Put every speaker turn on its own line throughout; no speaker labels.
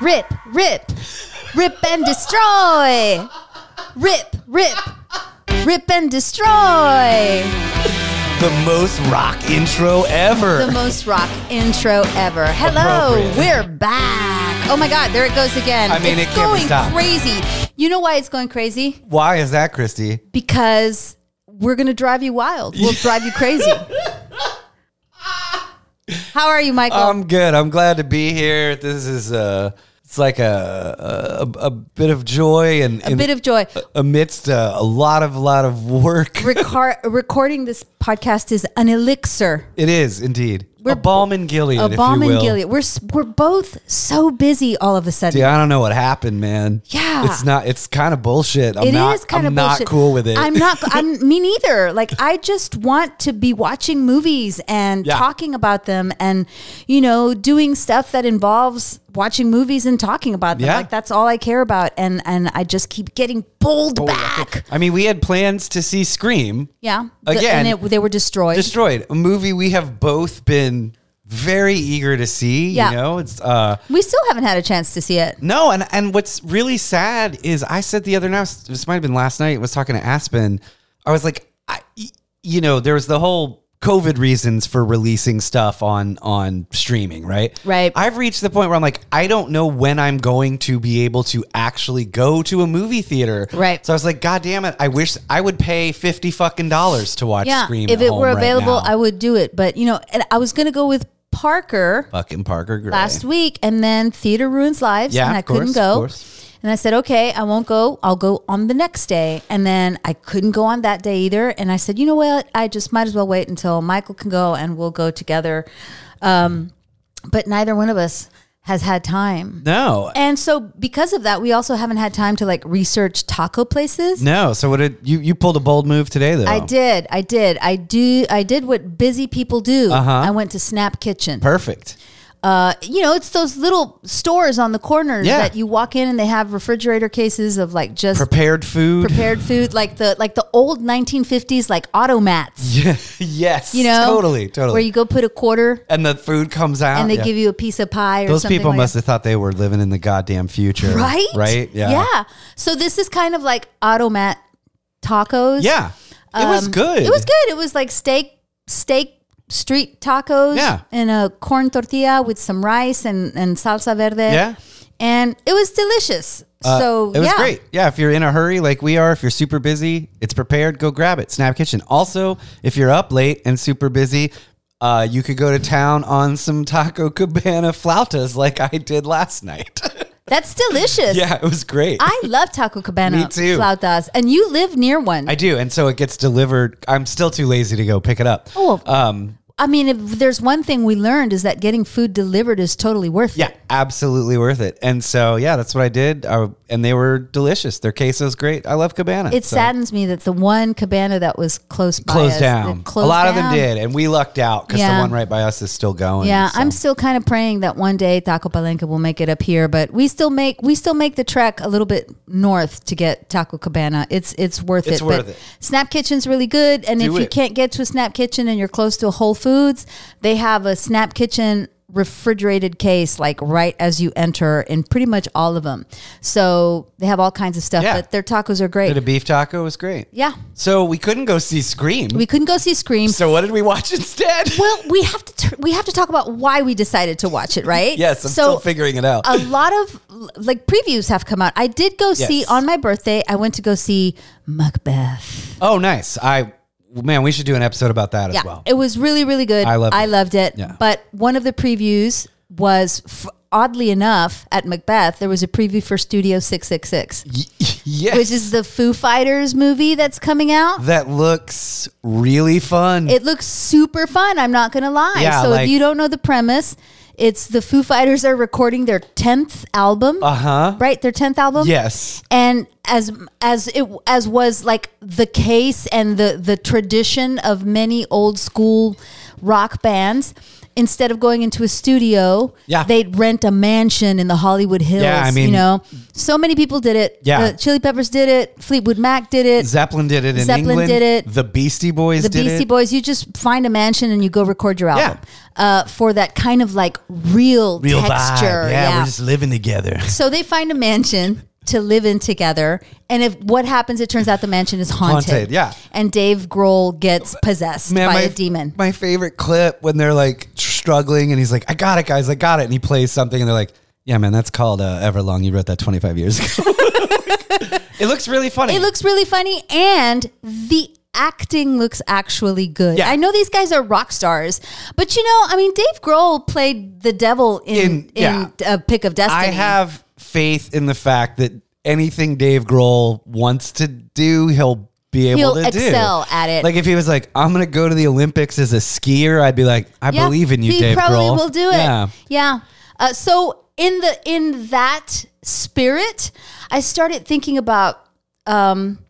Rip, rip, rip and destroy. Rip, rip, rip and destroy.
The most rock intro ever.
The most rock intro ever. Hello,
Appropriate.
we're back. Oh my God, there it goes again.
I mean,
it's
it can't be
going
stopped.
crazy. You know why it's going crazy?
Why is that, Christy?
Because we're going to drive you wild. We'll drive you crazy. How are you, Michael?
I'm good. I'm glad to be here. This is uh it's like a a, a bit of joy and
a bit of joy.
amidst uh, a lot of lot of work.
Recar- recording this podcast is an elixir.
It is indeed
We're-
a balm in Gilead,
A
if
balm
you will.
in Gilead. We're s- we're both so busy all of a sudden.
Dude, I don't know what happened, man.
Yeah.
it's not. It's kind of bullshit. I'm
It is
not,
kind
I'm
of
not
bullshit.
cool with it.
I'm not. I'm me neither. Like I just want to be watching movies and
Yeah.
talking about them, and you know, doing stuff that involves watching movies and talking about them.
Yeah.
Like that's all I care about, and and I just keep getting pulled back.
I mean, we had plans to see Scream.
Yeah. The-
Again,
and it, they were destroyed.
destroyed a movie we have both been very eager to see
Yeah.
you know it's uh
we still haven't had a chance to see it.
no and and what's really sad is i said the other night this might have been last night i was talking to aspen i was like i you know there was the whole covid reasons for releasing stuff on on streaming right
Right.
i've reached the point where i'm like i don't know when i'm going to be able to actually go to a movie theater
Right.
so i was like god damn it i wish i would pay 50 fucking dollars to watch
Yeah.
scream
if
at
it
home
were
right
available,
now.
I would do it. But you know, and I was gonna go with Parker.
fucking Parker Gray.
last week, and then theater ruins lives,
Yeah,
and I
of course,
couldn't
of
go.
course.
And I said, okay, I won't go. I'll go on the next day. And then I couldn't go on that day either. And I said, you know what? I just might as well wait until Michael can go and we'll go together. Um, but neither one of us has had time.
No,
And so, because of that, we also haven't had time to like research taco places.
no. So what did you you pulled a bold move today though?
I did. I did. I do. I did what busy people do.
Uh-huh.
I went to Snap Kitchen.
Perfect.
uh, you know, it's those little stores on the corners
Yeah.
that you walk in and they have refrigerator cases of like just
Prepared food.
prepared food, like the like the old 1950s like automats.
Yeah. yes.
You know,
Totally. Totally.
Where you go put a quarter
and the food comes out.
and they
yeah.
give you a piece of pie or
Those
something.
people
like
must
that.
have thought they were living in the goddamn future.
right,
Right. Yeah.
yeah. So this is kind of like automat tacos.
Yeah. It was
Um,
good.
It was good. It was like steak, steak street tacos.
Yeah.
And a corn tortilla with some rice and, and salsa verde.
Yeah.
And it was delicious.
Uh,
so
it was
yeah.
great. Yeah, if you're in a hurry like we are, if you're super busy, it's prepared. Go grab it. Snap Kitchen. Also, if you're up late and super busy, uh, you could go to town on some taco cabana flautas like I did last night.
That's delicious.
yeah, it was great.
I love Taco Cabana
Me too.
flautas, and you live near one.
I
I,
do, and so it gets delivered. I'm still too lazy to go pick it up.
Oh.
um,
mean, if there's one thing we learned is that getting food delivered is totally worth
yeah,
it.
absolutely worth it. And so, yeah, that's what I did. I, and they were delicious. Their queso's great. I love Cabana.
It
so.
saddens me that the one cabana that was close by
Closed
us,
down.
that closed
a lot of them
down.
did, and we lucked out because the
Yeah.
one right by us is still going.
Yeah,
so.
I'm still kind of praying that one day Taco Palenque will make it up here, but we still make we still make the trek a little bit north to get Taco Cabana. It's it's worth
It's
it.
worth
but
it.
Snap Kitchen's really good, and
Do
if you
it.
can't get to a Snap Kitchen and you're close to a Whole Foods, they have a Snap Kitchen refrigerated case like right as you enter in pretty much all of them. So they have all kinds of stuff,
Yeah.
but their tacos are great.
Did a beef taco was great.
yeah.
So we couldn't go see Scream.
We couldn't go see Scream.
so what did we watch instead?
well, we have to t- we have to talk about why we decided to watch it, right?
yes, I'm still figuring it out.
a lot of like previews have come out. I did go see
Yes.
on my birthday. I went to go see Macbeth.
oh, nice. I man, we should do an episode about that
Yeah,
as well.
it was really really good.
I loved
I
it.
loved it.
Yeah.
But one of the previews was f- oddly enough at Macbeth there was a preview for Studio Six Six Six,
yes.
which is the Foo Fighters movie that's coming out.
that looks really fun.
It looks super fun. I'm not gonna lie.
Yeah,
so
like-
if you don't know the premise. It's the Foo Fighters are recording their 10th album. Uh
Uh-huh.
huh. Right? Their 10th album?
yes.
and as as it as was like the case and the the tradition of many old school rock bands instead of going into a studio,
Yeah.
they'd rent a mansion in the Hollywood Hills.
Yeah, I mean-
you know, so many people did it.
Yeah.
Uh, Chili Peppers did it. Fleetwood Mac did it.
Zeppelin did it in
Zeppelin
England.
did it.
The Beastie Boys
the
did
Beastie
it.
Boys, you just find a mansion and you go record your album uh, for that kind of like real,
Real
texture.
vibe. Yeah, we're just living together.
So they find a mansion to live in together, and if what happens, it turns out the mansion is haunted.
Haunted, yeah.
and Dave Grohl gets possessed by
my,
a demon.
My favorite clip when they're like struggling and he's like, I got it, guys, I got it. And he plays something and they're like, yeah, man, that's called uh, Everlong. You wrote that 25 years ago. it looks really funny.
It looks really funny, and the acting looks actually good.
Yeah.
I know these guys are rock stars, but you know, I mean, Dave Grohl played the devil in
In-
in,
yeah.
uh, Pick of Destiny.
I have faith in the fact that anything Dave Grohl wants to do, he'll be able
He'll
to do.
excel at it.
Like if he was like, I'm going to go to the Olympics as a skier, I'd be like, I
Yeah,
believe in you,
he
Dave
probably
Grohl.
will do it.
Yeah.
Yeah. Uh, so in the in that spirit, I started thinking about um,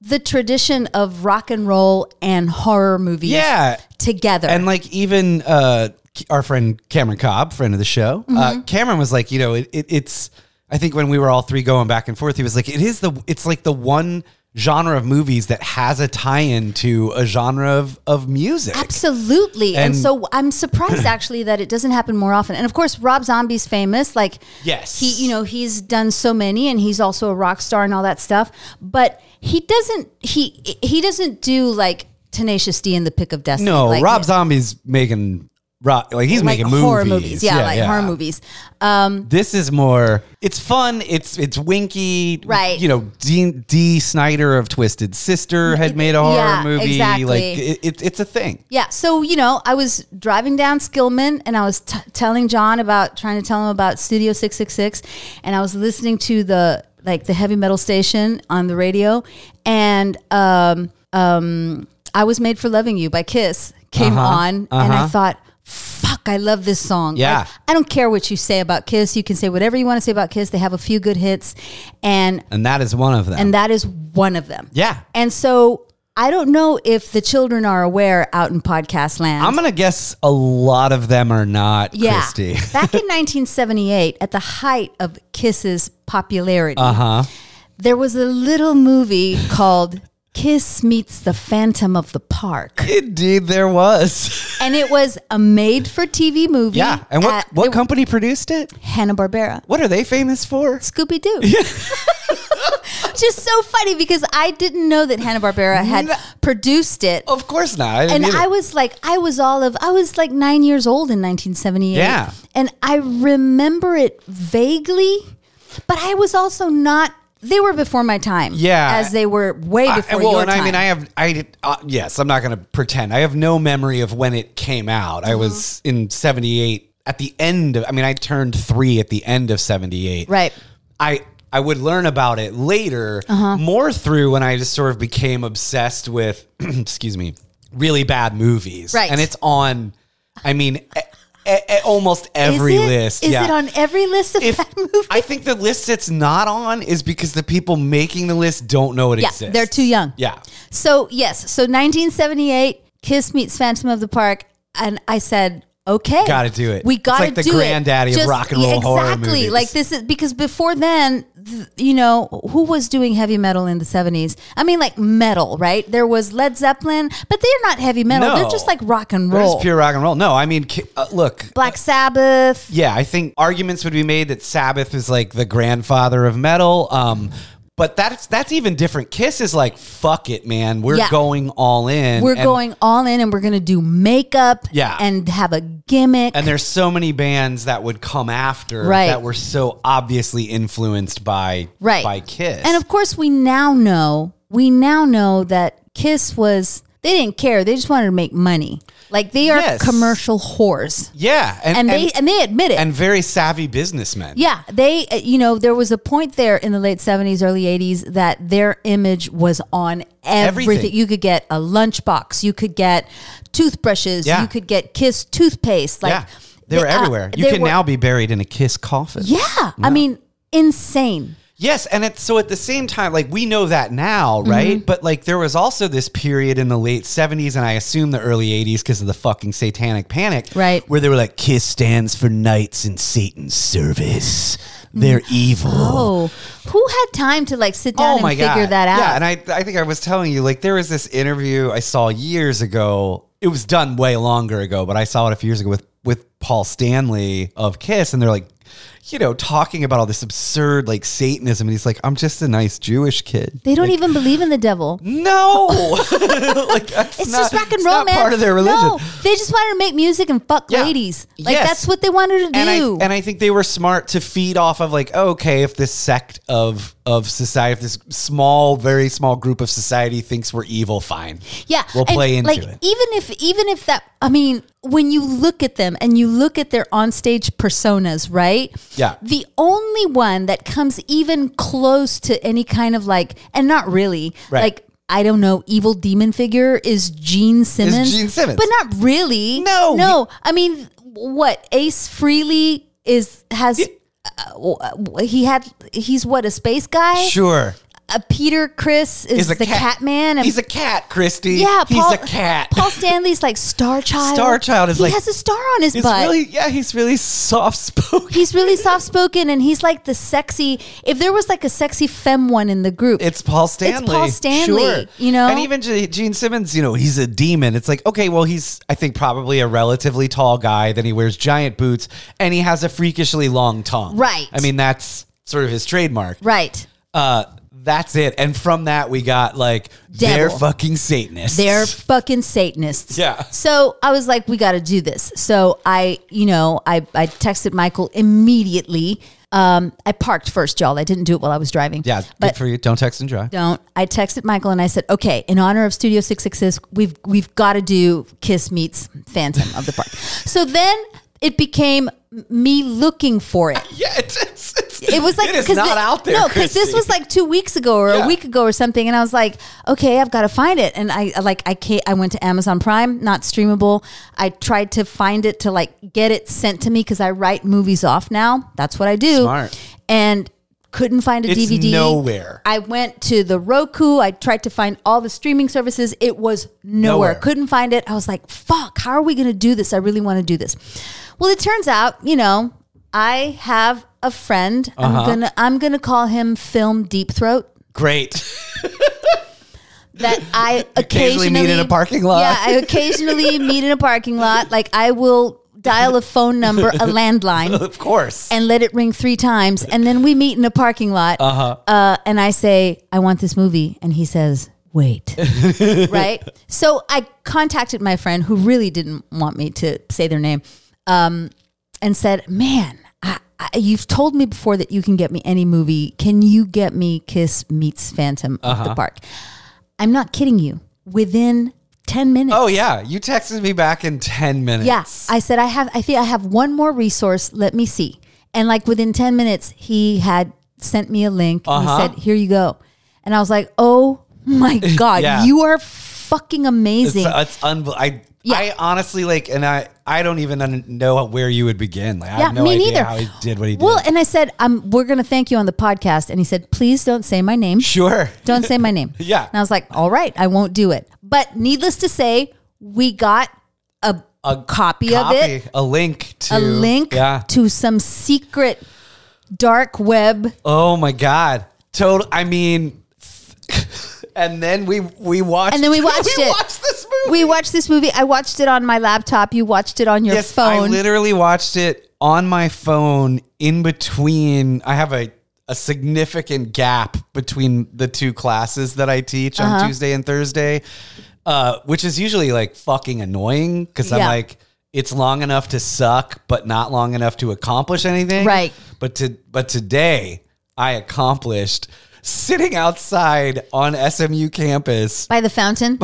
the tradition of rock and roll and horror movies
Yeah.
together.
And like even uh, our friend Cameron Cobb, friend of the show, uh,
Mm-hmm.
Cameron was like, you know, it, it, it's. I think when we were all three going back and forth, he was like, it is the. It's like the one genre of movies that has a tie-in to a genre of of music.
Absolutely. And,
And-
so I'm surprised actually that it doesn't happen more often. And of course, Rob Zombie's famous. Like,
Yes.
he, you know, he's done so many and he's also a rock star and all that stuff. But he doesn't, he, he doesn't do like Tenacious D in the Pick of Destiny.
No,
like,
Rob Zombie's making rock like he's
like
making movies.
horror movies. Yeah, like horror movies. Um,
This is more. It's fun. It's it's winky.
Right.
You know, D, D. Snyder of Twisted Sister had made a horror
yeah,
movie.
exactly.
Like it, it, it's a thing.
yeah. So, you know, I was driving down Skillman and I was t- telling John about trying to tell him about Studio 666 and I was listening to the like the heavy metal station on the radio and um um I was made for loving you by Kiss came on and I thought fuck I love this song.
Yeah.
Like, I don't care what you say about Kiss. You can say whatever you want to say about Kiss. They have a few good hits and
and that is one of them.
and that is one of them.
yeah,
And so I don't know if the children are aware out in podcast land.
I'm gonna guess a lot of them are not.
yeah.
Christy.
Back in 1978, at the height of Kiss's popularity,
Uh-huh.
there was a little movie called Kiss Meets the Phantom of the Park.
Indeed, there was.
And it was a made for TV movie.
Yeah, and what
at-
what
it-
company produced it?
Hanna-Barbera.
What are they famous for?
Scooby Doo. Just so funny because I didn't know that Hanna-Barbera had
No.
produced it.
Of course not. I didn't
and
either.
I was like, I was all of, I was like nine years old in 1978.
Yeah.
And I remember it vaguely, but I was also not, they were before my time.
Yeah.
As they were way
I-
before
well,
your
and
time.
I mean, I have, I did- uh, yes, I'm not going to pretend. I have no memory of when it came out. I was
Uh-huh.
in '78 at the end of. I mean, I turned three at the end of '78.
Right.
I I would learn about it later,
Uh-huh.
more through when I just sort of became obsessed with, excuse me, really bad movies.
Right.
and it's on. I mean, e- e- e- almost every
is it,
list.
Is
yeah.
it on every list of
If-
bad movies?
I think the list it's not on is because the people making the list don't know it
Yeah,
exists.
they're too young.
Yeah.
So yes, so 1978, Kiss meets Phantom of the Park, and I said, okay,
Gotta do it.
We
It's
gotta
like the
do
granddaddy
it.
of rock and roll horror
Exactly.
movies.
Like this is because before then, th- you know, who was doing heavy metal in the 70s? I mean, like metal, right? There was Led Zeppelin, but they're not heavy metal.
No.
They're just like rock and
There's
roll.
pure rock and roll. No, I mean, ki- uh, look,
Black Sabbath.
yeah, I think arguments would be made that Sabbath is like the grandfather of metal. Um, but that's that's even different. Kiss is like, fuck it, man, we're
Yeah.
going all in.
We're
And-
going all in, and we're gonna do makeup.
Yeah.
and have a gimmick.
And there's so many bands that would come after
Right.
that were so obviously influenced by
right
by Kiss.
and of course we now know we now know that kiss was they didn't care they just wanted to make money like they are
Yes.
commercial whores
yeah, and,
and, they and they admit it
and very savvy businessmen.
yeah they uh, you know there was a point there in the late 70s early 80s that their image was on everything,
Everything.
you could get a lunchbox you could get toothbrushes
Yeah.
you could get kiss toothpaste like
yeah. They were
uh,
everywhere. You
they
can
were-
now be buried in a Kiss coffin.
yeah i mean insane
Yes, and it's so at the same time, like we know that now, right? But like there was also this period in the late seventies and I assume the early eighties because of the fucking satanic panic.
Right.
Where they were like, KISS stands for knights in Satan's service. They're evil.
Oh, who had time to like sit down
Oh
and
my
figure
god!
that out?
Yeah, and I, I think I was telling you, like, there was this interview I saw years ago. It was done way longer ago, but I saw it a few years ago with with Paul Stanley of Kiss, and they're like, you know, talking about all this absurd like Satanism, and he's like, "I'm just a nice Jewish kid."
they don't even believe in the devil.
No, like that's
It's
not,
just rock and
it's
roll,
not
man.
Part of their religion.
No, they just wanted to make music and fuck
Yeah.
ladies. Like
Yes.
that's what they wanted to do.
and I and I think they were smart to feed off of like okay if this sect of of society if this small very small group of society thinks we're evil fine
Yeah,
we'll
and,
play into
like,
it
Even if even if that, I mean, when you look at them and you look at their onstage personas, right?
Yeah.
The only one that comes even close to any kind of like, and not really,
Right.
like. I don't know. Evil demon figure is Gene Simmons.
Gene Simmons.
but not really.
No,
no. I mean, what Ace Freely is has. uh, w- he had. He's what a space guy.
sure
Uh, Peter Chris is,
He's
the Catman. and
he's a cat Christy
yeah,
he's
Paul,
a cat
Paul Stanley's like star child.
Star Child is
he
like-
has a star on his
he's
butt.
really yeah he's really soft spoken
he's really soft spoken, and he's like the sexy. If there was like a sexy femme one in the group,
it's Paul Stanley
Stanley,
sure.
you know?
and even G- Gene Simmons you know he's a demon it's like okay well he's I think probably a relatively tall guy then he wears giant boots and he has a freakishly long tongue
Right.
I mean that's sort of his trademark
right?
uh, that's it. And from that, we got like they're
Devil.
fucking Satanists.
They're fucking Satanists.
Yeah.
So I was like, we got to do this. So I, you know, I, I texted Michael immediately. Um, I parked first, y'all. I didn't do it while I was driving.
yeah.
But
good for you. Don't text and drive.
don't. I texted Michael and I said, "Okay, in honor of Studio 666, we've we've got to do Kiss meets Phantom of the Park." so then it became me looking for it.
Yeah, it's, it's, it's
It was like
it is
'cause
not
thi-
out there.
No, because this
Christy.
was like two weeks ago or
Yeah.
a week ago or something, and I was like, "Okay, I've got to find it." And I like I can't, I went to Amazon Prime, not streamable. I tried to find it to like get it sent to me because I write movies off now. That's what I do.
Smart.
And couldn't find a
It's
DVD.
nowhere.
I went to the Roku. I tried to find all the streaming services. It was nowhere.
Nowhere.
Couldn't find it. I was like, fuck, how are we going to do this? I really want to do this. Well, it turns out, you know, I have a friend.
Uh-huh.
I'm going to I'm going to call him Film Deep Throat
great.
that I occasionally
Occasionally meet in a parking lot.
Yeah, I occasionally meet in a parking lot. Like I will dial a phone number, a landline
of course.
and let it ring three times. And then we meet in a parking lot. Uh-huh. and I say, I want this movie. And he says, wait. right? So I contacted my friend who really didn't want me to say their name um, and said, man, I, I, you've told me before that you can get me any movie. Can you get me Kiss Meets Phantom of the Park? I'm not kidding you. Within 10 minutes.
oh yeah, you texted me back in ten minutes.
Yeah, I said I have. I think I have one more resource. Let me see. And like within ten minutes, he had sent me a link.
Uh-huh.
And he said, "Here you go," and I was like, "Oh my god,
Yeah.
you are fucking amazing!"
It's, uh, it's unbel- I,
Yeah.
I honestly like, and I, I don't even un- know where you would begin. Like, I
yeah,
have no
me
idea
neither.
how he did what he did.
Well, and I said, um, "We're gonna thank you on the podcast," and he said, "Please don't say my name.
sure.
Don't say my name."
Yeah.
and I was like, "All right, I won't do it." But needless to say, we got a, copy, of it.
Copy a link
a
to
link
Yeah.
to some secret dark web.
Oh my god. Total I mean and then we we watched
And then we watched it.
watched this movie.
We watched this movie. I watched it on my laptop. You watched it on your
yes, I
phone.
literally watched it on my phone in between I have a a significant gap between the two classes that I teach
Uh-huh.
on Tuesday and Thursday. Uh, which is usually like fucking annoying because I'm
Yeah.
like it's long enough to suck, but not long enough to accomplish anything.
Right.
But to but today I accomplished sitting outside on SMU campus.
By the fountain.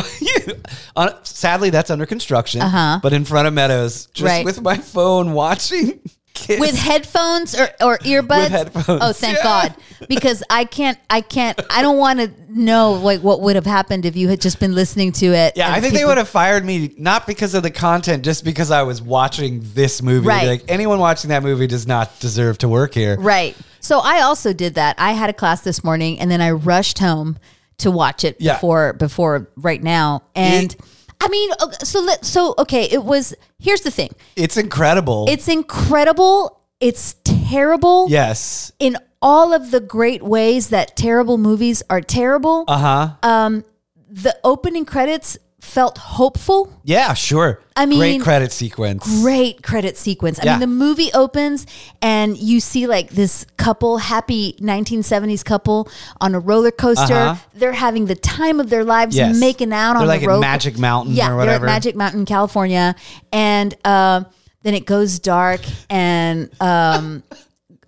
on, sadly, that's under construction, but in front of Meadows, just
Uh-huh. Right.
with my phone watching kids.
with headphones or, or earbuds.
headphones.
Oh, thank
Yeah.
God, because I can't, I can't, I don't want to know like what would have happened if you had just been listening to it.
yeah,
and
I think they
people-
would have fired me not because of the content, just because I was watching this movie. They'd
Right.
be Like anyone watching that movie does not deserve to work here.
Right. So I also did that. I had a class this morning, and then I rushed home to watch it
Yeah.
before before right now. And
It-
I mean, o- so let, so okay. It was. Here's the thing.
It's incredible.
It's incredible. It's terrible.
yes.
in all of the great ways that terrible movies are terrible. Uh huh. Um,
Uh-huh.
the opening credits felt hopeful.
Yeah, sure.
I mean-
great credit sequence.
Great credit sequence. I
Yeah.
mean, the movie opens and you see like this couple, happy 1970s couple on a roller coaster.
Uh-huh.
They're having the time of their lives
Yes.
making out
They're
on
like
the
at
road.
Magic Mountain
yeah,
or
they're at
whatever.
Magic Mountain, California. And um then it goes dark and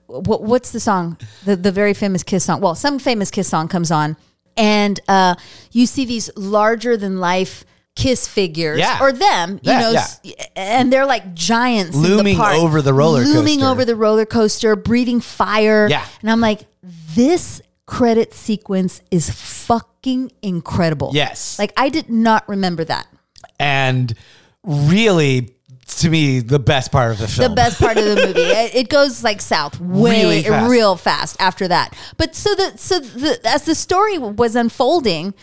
what, what's the song? The the very famous Kiss song. Well, some famous Kiss song comes on, and uh, you see these larger than life Kiss figures,
Yeah.
or them, you
Yeah,
know,
yeah.
s- and they're like giants in
Looming
the park,
over the roller
looming
coaster.
over the roller coaster, breathing fire.
Yeah.
and I'm like, this credit sequence is fucking incredible.
Yes.
like I did not remember that.
and really to me the best part of the film.
the best part of the movie. It, it goes like south way
Really fast.
real fast after that. But so the so the as the story was unfolding,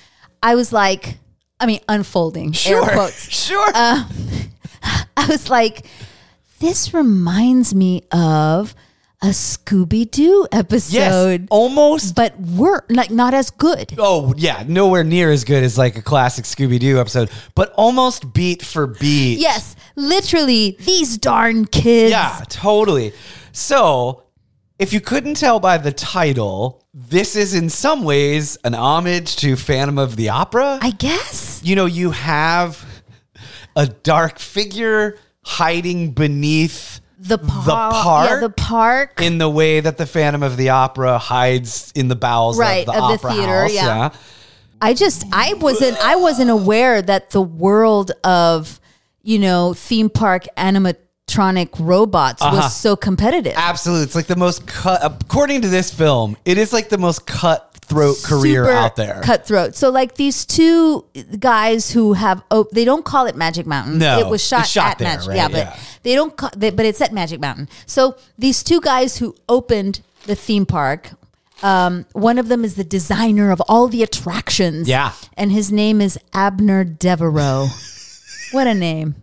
I was like, I mean, unfolding. Air
Sure.
quotes. Uh,
Sure.
I was like, this reminds me of a Scooby Doo
yes. Oh.
episode,
almost
but were like not as good.
Oh yeah, nowhere near as good as like a classic Scooby Doo episode, but almost beat for beat.
Yes, literally, these darn kids.
Yeah, totally. So, if you couldn't tell by the title, this is in some ways an homage to Phantom of the Opera.
I guess.
you know, you have a dark figure hiding beneath
The, par- Yeah, the
park?
park.
in the way that the Phantom of the Opera hides in the bowels
Right,
of the,
of the
opera
theater,
house,
yeah. I just I wasn't I wasn't aware that the world of you know theme park animatronic robots
Uh-huh.
was so competitive.
Absolutely. It's like the most cut, according to this film, it is like the most cutthroat career
Super
out there.
cutthroat. So like these two guys who have oh they don't call it Magic Mountain.
No,
it was shot,
it's shot
at
there,
Magic.
right?
Yeah, but
Yeah.
they don't. Call, they, but it's at Magic Mountain. So these two guys who opened the theme park. Um, one of them is the designer of all the attractions.
Yeah.
and his name is Abner Devereaux. what a name!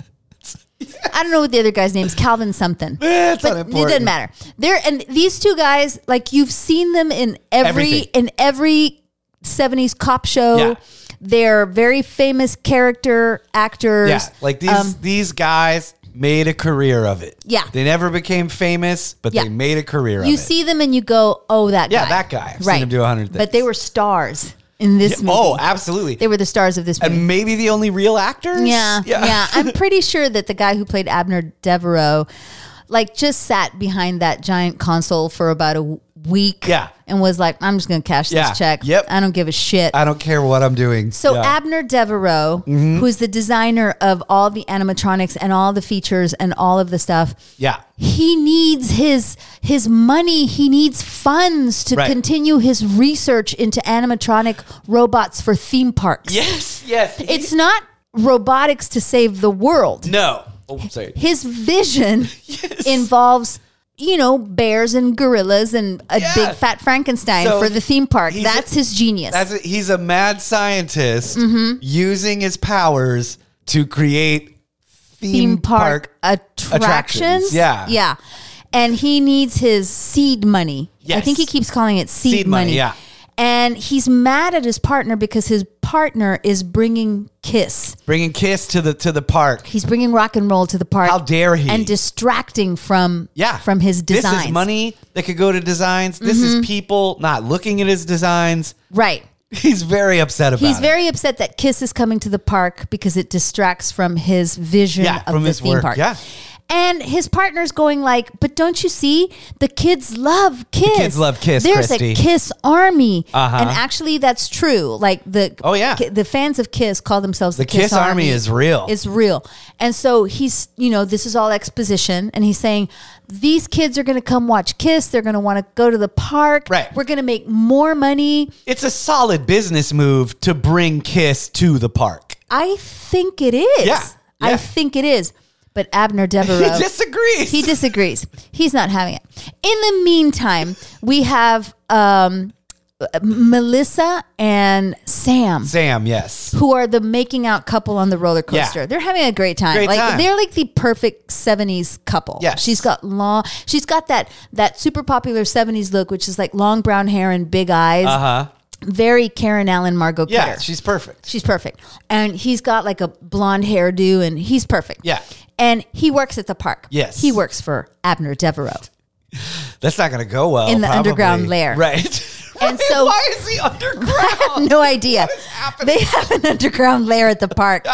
I don't know what the other guy's name is. Calvin something.
Eh, it's
but it
unimportant.
doesn't matter. There and these two guys, like you've seen them in every
Everything.
in every 70s cop show.
Yeah.
They're very famous character actors.
Yeah. Like these
Um,
these guys made a career of it.
Yeah.
They never became famous, but
Yeah.
they made a career of
you
it.
see them and you go, "Oh, that
Yeah,
guy."
that guy. I've seen him do 100
But
things.
they were stars in this movie.
oh, absolutely.
They were the stars of this movie.
and maybe the only real actors?
Yeah, yeah. I'm pretty sure that the guy who played Abner Devereaux, like, just sat behind that giant console for about a w- week.
Yeah.
and was like, "I'm just gonna cash
Yeah.
this check.
Yep.
I don't give a shit."
I don't care what I'm doing.
so
Yeah. Mm-hmm.
Abner Devereaux, who's the designer of all the animatronics and all the features and all of the stuff,
Yeah.
he needs his his money. He needs funds to
Right.
continue his research into animatronic robots for theme parks.
Yes, yes.
It's not robotics to save the world
no. Oh, sorry.
his vision involves you know bears and gorillas and a
Yeah.
big fat frankenstein
So
for the theme park
he's-
that's his genius
That's it. he's a mad scientist
Mm-hmm.
using his powers to create theme,
theme park,
park
attractions.
attractions. Yeah.
yeah and he needs his seed money i
Yes.
think he keeps calling it seed,
Seed money,
money,
yeah.
and he's mad at his partner because his partner is bringing kiss
bringing kiss to the to the park.
he's bringing rock and roll to the park
How dare he?
and distracting from
yeah,
from his designs Mm-hmm.
This is money that could go to designs. This is people not looking at his designs.
right
He's very upset about
He's
it.
very upset that Kiss is coming to the park because it distracts from his vision
Yeah,
of
from
the
his
theme
work,
park.
yeah.
And his partner's going like, but don't you see? The kids love kiss.
kids love Kiss,
There's
Christy."
a kiss army.
Uh-huh.
And actually that's true. Like the
Oh, yeah.
ki- the fans of Kiss call themselves the,
The Kiss Army is real.
It's real. And so he's, you know, this is all exposition and he's saying these kids are going to come watch Kiss. They're going to want to go to the park.
Right.
We're going to make more money.
It's a solid business move to bring Kiss to the park.
I think it is.
Yeah, yeah.
I think it is. But Abner Devereaux.
He disagrees.
He disagrees. He's not having it. In the meantime, we have um, Melissa and Sam,
Sam, yes.
who are the making out couple on the roller coaster.
Yeah.
They're having a great time.
Great
like
time.
they're like the perfect '70s couple.
Yes.
she's got long. She's got that that super popular '70s look, which is like long brown hair and big eyes.
Uh huh.
Very Karen Allen, Margot
Yeah,
Kidder.
she's perfect.
She's perfect. And he's got like a blonde hairdo and he's perfect.
Yeah.
And he works at the park.
Yes.
He works for Abner Devereaux.
That's not going to go well.
In the
probably.
underground lair.
Right.
And
Wait,
so-
why is he
I have
underground?
no idea.
Oh, happening?
They have an underground lair at the park.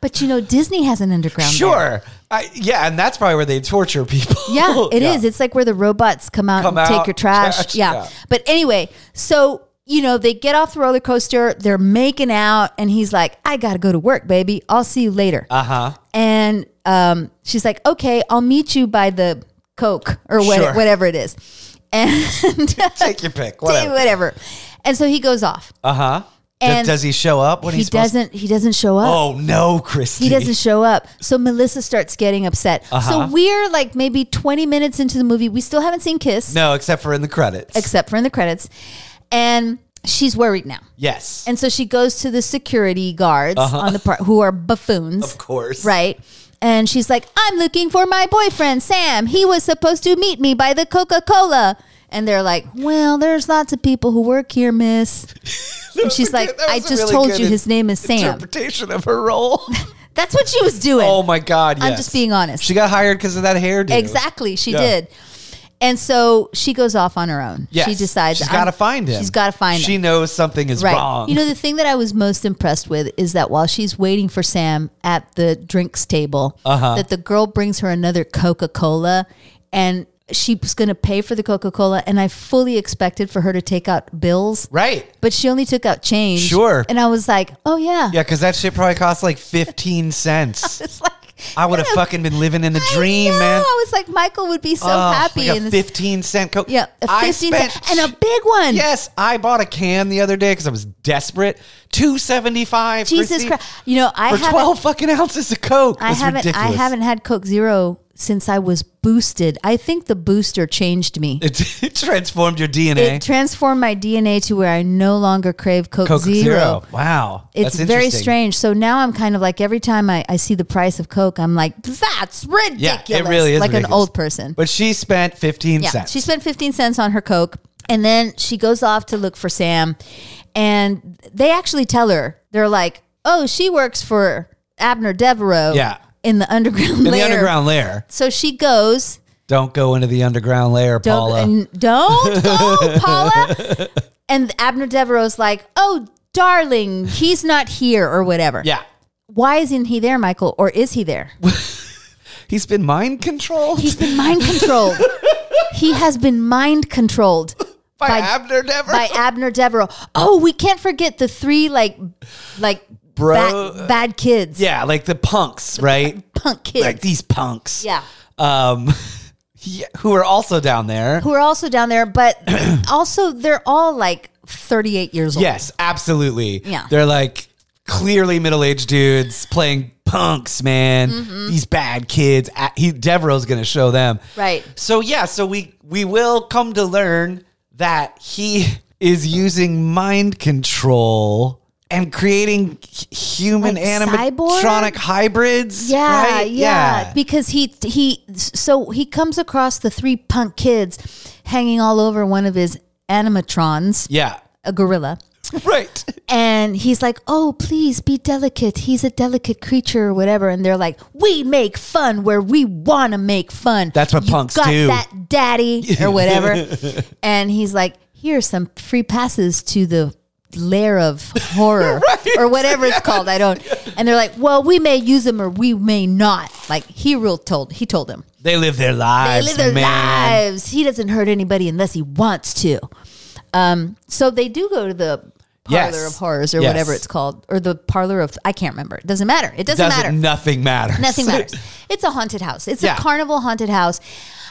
but you know, Disney has an underground lair.
Sure. I, yeah, and that's probably where they torture people.
Yeah, it is. It's like where the robots come out
Come
and
out,
take your trash.
trash,
yeah.
yeah.
But anyway, so you know, they get off the roller coaster, they're making out, and he's like, I gotta go to work, baby. I'll see you later.
Uh huh.
and um, she's like, "Okay, I'll meet you by the Coke or what,
Sure.
whatever it is," and
Take your pick. Whatever.
whatever. And so he goes off.
Uh huh. Does,
And
does he show up when
he
he's supposed
doesn't. He doesn't show up.
Oh no, Christy.
He doesn't show up. So Melissa starts getting upset.
Uh-huh.
So we're like maybe 20 minutes into the movie. We still haven't seen Kiss,
No, except for in the credits.
except for in the credits. And she's worried now.
yes.
And so she goes to the security guards on the part who are buffoons.
Uh-huh. of course.
Right. And she's like, I'm looking for my boyfriend, Sam. He was supposed to meet me by the Coca Cola. And they're like, Well, there's lots of people who work here, miss. And she's like, I just told you his name is Sam.
Interpretation of her role.
That's what she was doing.
oh my God.
I'm
yes.
just being honest.
She got hired because of that hairdo.
exactly. She
Yeah.
did. And so she goes off on her own.
Yes.
She decides
she's
"I'm-
got to find him.
She's got to find
She
him.
knows something is
Right.
wrong.
You know, the thing that I was most impressed with is that while she's waiting for Sam at the drinks table,
Uh-huh.
that the girl brings her another Coca Cola and she's going to pay for the Coca Cola. And I fully expected for her to take out bills,
right.
but she only took out change.
Sure.
And I was like, oh, yeah.
Yeah, because that shit probably costs like 15 cents.
It's like,
I would have
you know,
fucking been living in the
I
dream,
know.
man.
I was like, Michael would be so
Oh,
happy.
like
and
a
it's-
15 cent coke.
yeah, a
I
15
spent-
cent and a big one.
Yes, I bought a can the other day because I was desperate. 275
Jesus
Christy,
Christ. You know, I
For
haven't-
12 fucking ounces of coke.
I
It's
haven't
ridiculous.
I haven't had Coke Zero since I was boosted. I think the booster changed me. It,
It, it transformed your DNA.
transformed my DNA to where I no longer crave Coke,
Coke
Zero.
Zero. Wow.
It's
That's
very
interesting.
strange. So now I'm kind of like every time I, I see the price of Coke, I'm like, that's ridiculous.
Yeah, it really is
like an
ridiculous.
old person.
But she spent 15
Yeah,
cents.
she spent 15 cents on her Coke. And then she goes off to look for Sam. And they actually tell her, they're like, oh, she works for Abner Devereaux
Yeah.
in the underground
in the underground lair.
So she goes.
Don't go into the underground lair,
Don't,
Paula.
and don't go, Paula. And Abner Devereaux's like, oh, darling, he's not here or whatever.
yeah.
Why isn't he there, Michael? Or is he there?
He's been mind controlled
He's been mind controlled. he has been mind controlled
by,
by-
Abner Dever.
by Abner Devereaux. Oh, we can't forget the three like, like
Bro- uh,
bad, bad kids,
yeah, like the punks, right?
punk kids.
like these punks.
yeah.
Um, yeah, who are also down there.
Who are also down there, but also they're all like 38 years old.
Yes, absolutely.
Yeah.
They're like clearly middle aged dudes playing punks, man.
Mm-hmm.
These bad kids. A- He Devereaux's going to show them.
Right.
So yeah, so we we will come to learn that he is using mind control and creating h- human
Like
animatronic
cyborg?
hybrids.
Yeah,
right?
yeah, Because he he so he comes across the three punk kids hanging all over one of his animatrons,
yeah,
a gorilla,
yeah. Right.
and he's like, "Oh, please be delicate. He's a delicate creature, or whatever." And they're like, "We make fun where we want to make fun.
That's what
You
punks
got
do."
That daddy or whatever." and he's like, "Here's some free passes to the lair of horror or whatever it's called. I don't. And they're like, well, we may use him or we may not. Like he real told he told him
They live their
they
lives.
live their
man.
lives. He doesn't hurt anybody unless he wants to. Um, so they do go to the parlor
Yes.
of horrors or
Yes.
whatever it's called, or the parlor of I can't remember. It doesn't matter. It doesn't,
Doesn't-
matter.
Nothing matters.
Nothing matters. It's a haunted house. It's
Yeah.
a carnival haunted house.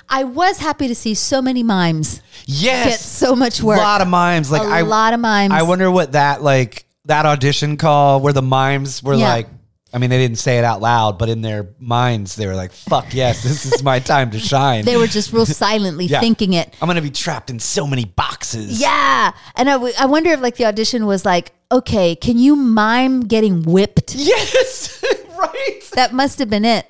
I was happy to see so many mimes
yes.
get so much work.
A lot of mimes. Like
A
I,
lot of mimes.
I wonder what that like that audition call where the mimes were
Yeah.
like. I mean, they didn't say it out loud, but in their minds, they were like, "Fuck yes, this is my time to shine."
they were just real silently
Yeah.
thinking it.
I'm gonna be trapped in so many boxes.
Yeah. And I, w- I wonder if like the audition was like, okay, can you mime getting whipped?
Yes. right.
That must have been it.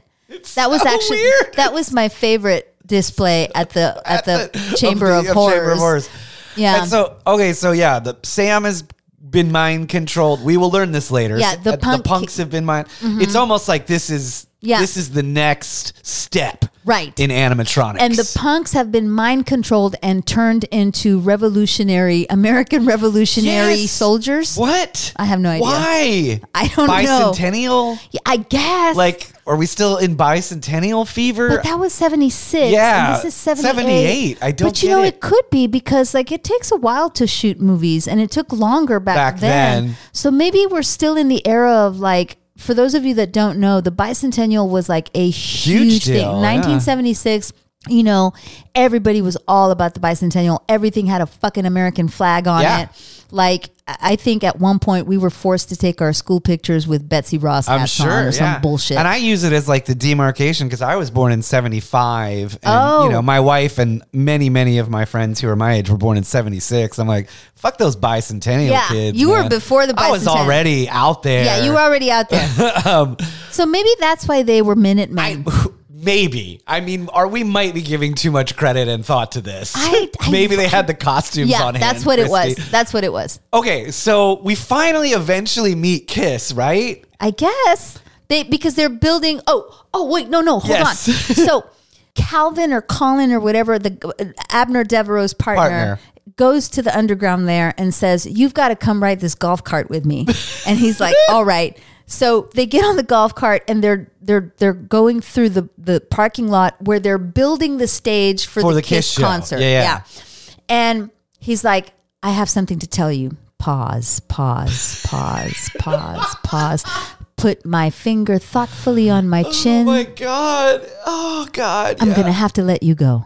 that was
so
actually
weird.
that was my favorite display at the at the chamber
the-
of, horrors.
Chamber of Horrors.
Yeah.
And so okay, so yeah, the Sam has been mind controlled. We will learn this later.
Yeah, the
Uh,
punk- Mm-hmm.
punks have been mind. It's almost like this is
Yeah.
this is the next step,
Right.
In animatronics,
and the punks have been mind controlled and turned into revolutionary American revolutionary
Yes.
soldiers.
what?
I have no idea.
Why?
I don't know.
Bicentennial?
Yeah, I guess.
Like, are we still in bicentennial fever?
but that was 76.
Yeah,
And this is 78.
78. I don't
But you
get
know,
it.
it. could be because, like, it takes a while to shoot movies and it took longer back,
Back
then.
then.
So maybe we're still in the era of, like, for those of you that don't know, the bicentennial was like a huge,
Huge
thing.
deal, yeah.
1976. You know, everybody was all about the bicentennial. Everything had a fucking American flag on
Yeah.
it. Like, I I think at one point we were forced to take our school pictures with Betsy Ross
I'm
hats
sure.
on or
yeah.
some bullshit.
And I use it as like the demarcation because I was born in 75. And,
Oh.
you know, my wife and many, many of my friends who are my age were born in 76. I'm like, fuck those bicentennial
Yeah,
kids.
you were
man.
before the
I was
bicentennial.
already out there.
Yeah, you were already out there.
Um,
so maybe that's why they were Minutemen. I,
Maybe. I mean, are we might be giving too much credit and thought to this?
I- I-
Maybe they had the costumes
yeah,
on hand.
that's what it was.
Christy.
That's what it was.
Okay, so we finally eventually meet Kiss, right?
I guess they because they're building. Oh, oh, wait, no, no, hold
Yes.
on. So Calvin or Colin or whatever the Abner Devereaux's partner.
Partner.
Goes to the underground there and says, You've got to come ride this golf cart with me. And he's like, All right. So they get on the golf cart and they're they're they're going through the, the parking lot where they're building the stage for,
For
the,
the Kiss
Kiss,
show.
concert.
Yeah, yeah.
yeah. And he's like, I have something to tell you. Pause, pause, pause, pause, pause. Put my finger thoughtfully on my
Oh
chin.
my god. Oh god.
I'm
yeah.
going to have to let you go.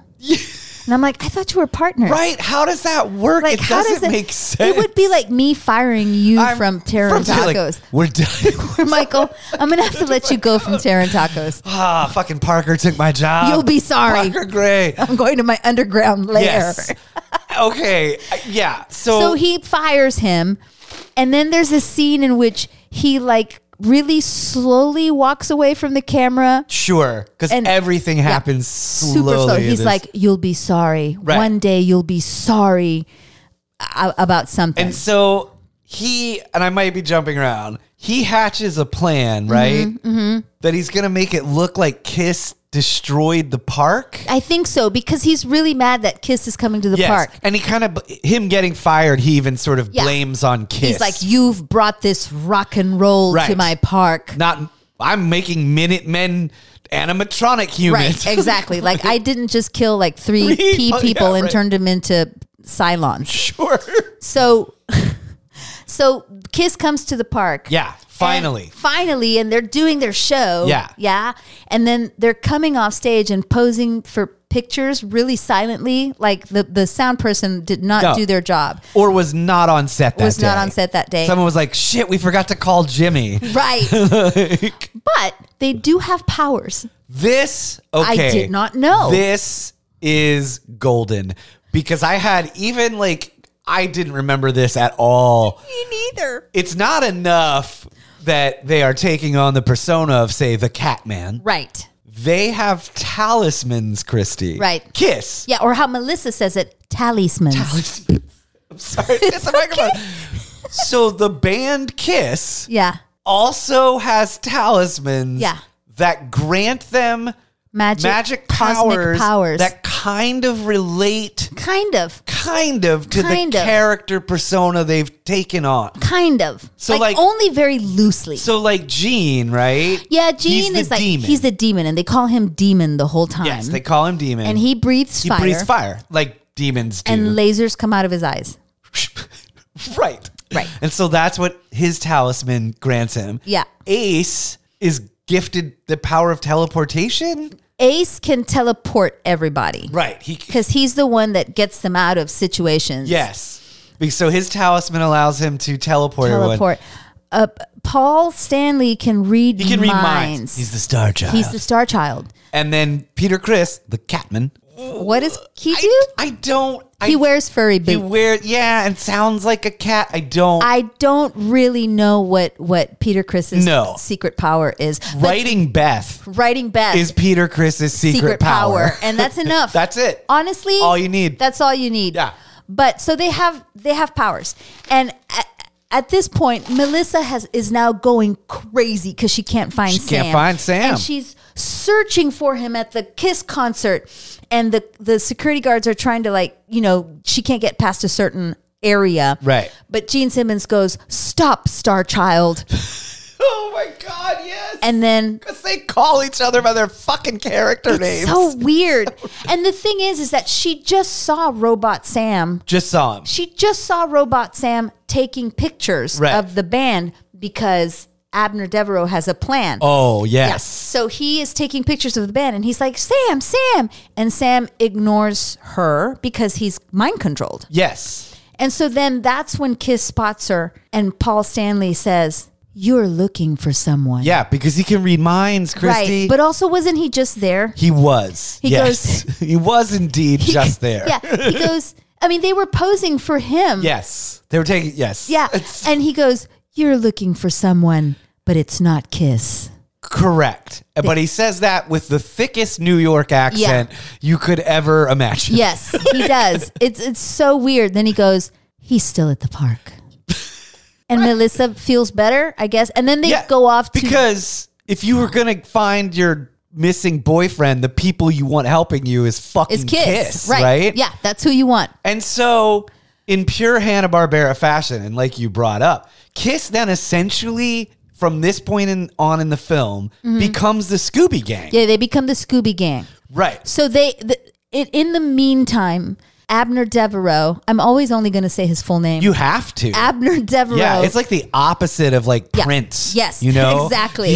and I'm like, I thought you were partners.
Right? How does that work?
Like,
it doesn't make sense.
It would be like me firing you
I'm-
from
from
Terran
Tar- like,
Tacos.
we're done.
Michael, I'm going to have to let you go from Terran Tacos.
ah, fucking Parker took my job.
You'll be sorry.
Parker Gray.
I'm going to my underground lair.
Yes. okay. Yeah. So,
So he fires him, and then there's a scene in which he like really slowly walks away from the camera.
sure, because
And-
everything happens
Super
slowly.
slow. He's
There's-
like, "You'll be sorry.
Right.
One day you'll be sorry a- about something."
and so he and I might be jumping around. He hatches a plan,
Mm-hmm,
right? That he's gonna make it look like Kiss destroyed the park.
I think so because he's really mad that Kiss is coming to the
Yes.
park.
And he kind of him getting fired, he even sort of
Yeah.
blames on Kiss.
He's like, "You've brought this rock and roll to
Right.
my park."
not I'm making Minutemen animatronic humans.
Right, exactly. like I didn't just kill like three,
Three
key
people, yeah,
people and
right.
turned them into Cylons.
sure.
So, so Kiss comes to the park.
Yeah, finally.
And finally, and they're doing their show.
Yeah.
Yeah. And then they're coming off stage and posing for pictures really silently. Like the, the sound person did not
No.
do their job,
or was not on set that
was not
day.
on set that day.
Someone was like, shit, we forgot to call Jimmy.
right. but they do have powers.
This okay.
did not know.
This is golden. Because I had even like I didn't remember this at all.
Me neither.
It's not enough that they are taking on the persona of, say, the Catman.
Right.
They have talismans, Christy.
Right.
Kiss.
Yeah. Or how Melissa says it talismans.
I'm sorry. It's a microphone. So the band Kiss
yeah.
also has talismans
Yeah.
that grant them
Magic,
magic
cosmic
powers,
powers.
that kind of relate
Kind of.
kind of to
Kind
the
of.
character persona they've taken on.
Kind of.
So, like-
only very loosely.
So like Gene, right?
yeah,
He's
Gene
the
is like
demon.
he's the demon and they call him demon the whole time.
Yes, they call him demon.
and he breathes
he
fire
breathes fire like demons do.
and lasers come out of his eyes.
right.
Right.
And so that's what his talisman grants him.
Yeah.
Ace is gifted the power of teleportation.
Ace can teleport everybody.
Right. He
Because he's the one that gets them out of situations.
Yes. Be- So his talisman allows him to teleport. everyone.
Teleport. Uh, Paul Stanley can read
He can read minds.
minds.
He's the star child.
He's the star child.
and then Peter Chris, the Catman.
What does he
I,
do?
I don't. I,
he wears furry boots.
He wears. Yeah, and sounds like a cat. I don't.
I don't really know what what Peter Chris's
No.
secret power is. But
Writing Beth
writing best
is Peter Chris's secret, power.
and that's enough.
That's it.
Honestly,
All you need.
That's all you need.
Yeah.
But so they have they have powers, and at, at this point, Melissa has is now going crazy because she can't find
She
Sam.
can't find Sam.
and she's searching for him at the Kiss concert, and the the security guards are trying to like you know she can't get past a certain area,
Right.
But Gene Simmons goes, "Stop, Star Child,"
oh my god! Yes.
and then
Because they call each other by their fucking character names.
so weird. and the thing is, is that she just saw Robot Sam.
Just saw him.
She just saw Robot Sam taking pictures
Right.
of the band because Abner Devereaux has a plan.
Oh
Yeah.
yes.
So he is taking pictures of the band and he's like, Sam, Sam. And Sam ignores her because he's mind controlled.
Yes.
And so then that's when Kiss spots her and Paul Stanley says, You're looking for someone.
Yeah, because he can read minds, Christy.
Right. But also, wasn't he just there?
He was.
He
yes. he was indeed just there.
Yeah. He goes, I mean, they were posing for him.
Yes. They were taking yes.
Yeah.
It's
and he goes, You're looking for someone, but it's not Kiss.
correct. But he says that with the thickest New York accent you could ever imagine.
Yes, he does. It's it's so weird. Then he goes, He's still at the park. And Melissa feels better, I guess. And then they
Yeah,
go off to
Because if you were gonna find your missing boyfriend, the people you want helping you is fucking
is Kiss.
right?
Yeah, that's who you want.
And so, in pure Hanna Barbera fashion, and like you brought up, Kiss then essentially from this point in, on in the film becomes the Scooby Gang,
Mm-hmm. Yeah, they become the Scooby Gang.
right?
So they the, it, in the meantime, Abner Devereaux. I'm always only going to say his full name.
You have to,
Abner Devereaux.
yeah. It's like the opposite of like
Yeah.
Prince,
Yes,
You know
exactly.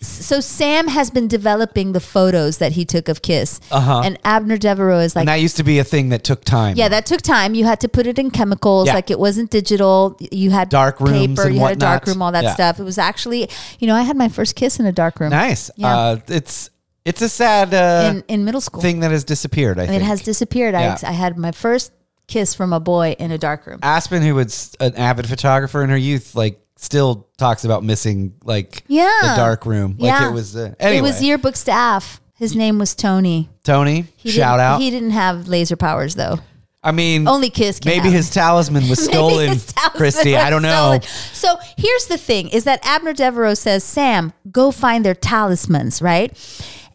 so Sam has been developing the photos that he took of Kiss, and Abner Devereaux is like,
Uh-huh. And that used to be a thing that took time.
yeah, that took time. You had to put it in chemicals,
Yeah.
like it wasn't digital. You had
Dark rooms
paper,
and
you had a dark
whatnot.
room, all that
Yeah.
stuff. It was actually, you know, I had my first kiss in a dark room.
nice.
Yeah.
Uh, it's it's a sad uh,
in, in middle school,
thing that has disappeared. I
it
think
has disappeared.
Yeah.
I, I had my first kiss from a boy in a dark room.
Aspen, who was an avid photographer in her youth, like still talks about missing like
Yeah.
the dark room. Like
Yeah.
it was uh, anyway.
It was yearbook staff. His name was Tony.
Tony,
He
shout
didn't-
out.
He didn't have laser powers though.
I mean,
Only Kiss can
maybe
have.
his talisman was stolen,
Maybe his talisman
Christy.
was
I don't know.
stolen. So here's the thing: is that Abner Devereaux says, "Sam, go find their talismans." Right?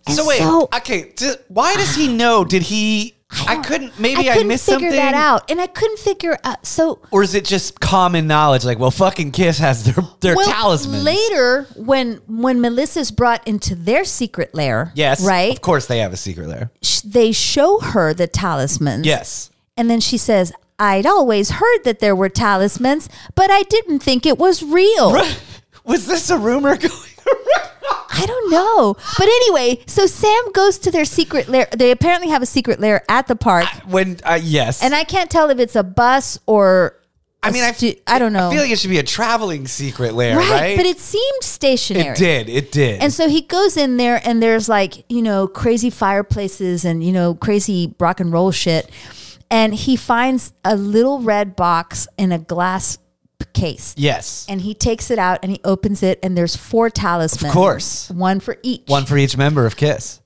And
So wait, okay. d- why does he know? Did he? I, couldn't. Maybe I,
couldn't
missed
figure
something.
that out, and I couldn't figure out. So
Or is it just common knowledge? Like, well, fucking Kiss has their their
well,
talisman.
later when when Melissa's brought into their secret lair,
yes,
right?
Of course, they have a secret lair.
sh- They show her the talismans,
Yes,
and then she says. I'd always heard that there were talismans, but I didn't think it was real.
was this a rumor going around?
I don't know. But anyway, so Sam goes to their secret lair. They apparently have a secret lair at the park.
When uh, yes,
and I can't tell if it's a bus or
I mean, I
stu- I don't know.
I feel like it should be a traveling secret lair, right?
But it seemed stationary.
it did, it did.
And so he goes in there and there's like, you know, crazy fireplaces and, you know, crazy rock and roll shit. And he finds a little red box in a glass case.
yes,
And he takes it out and he opens it and there's four talismans.
Of course.
One for each.
one for each member of Kiss.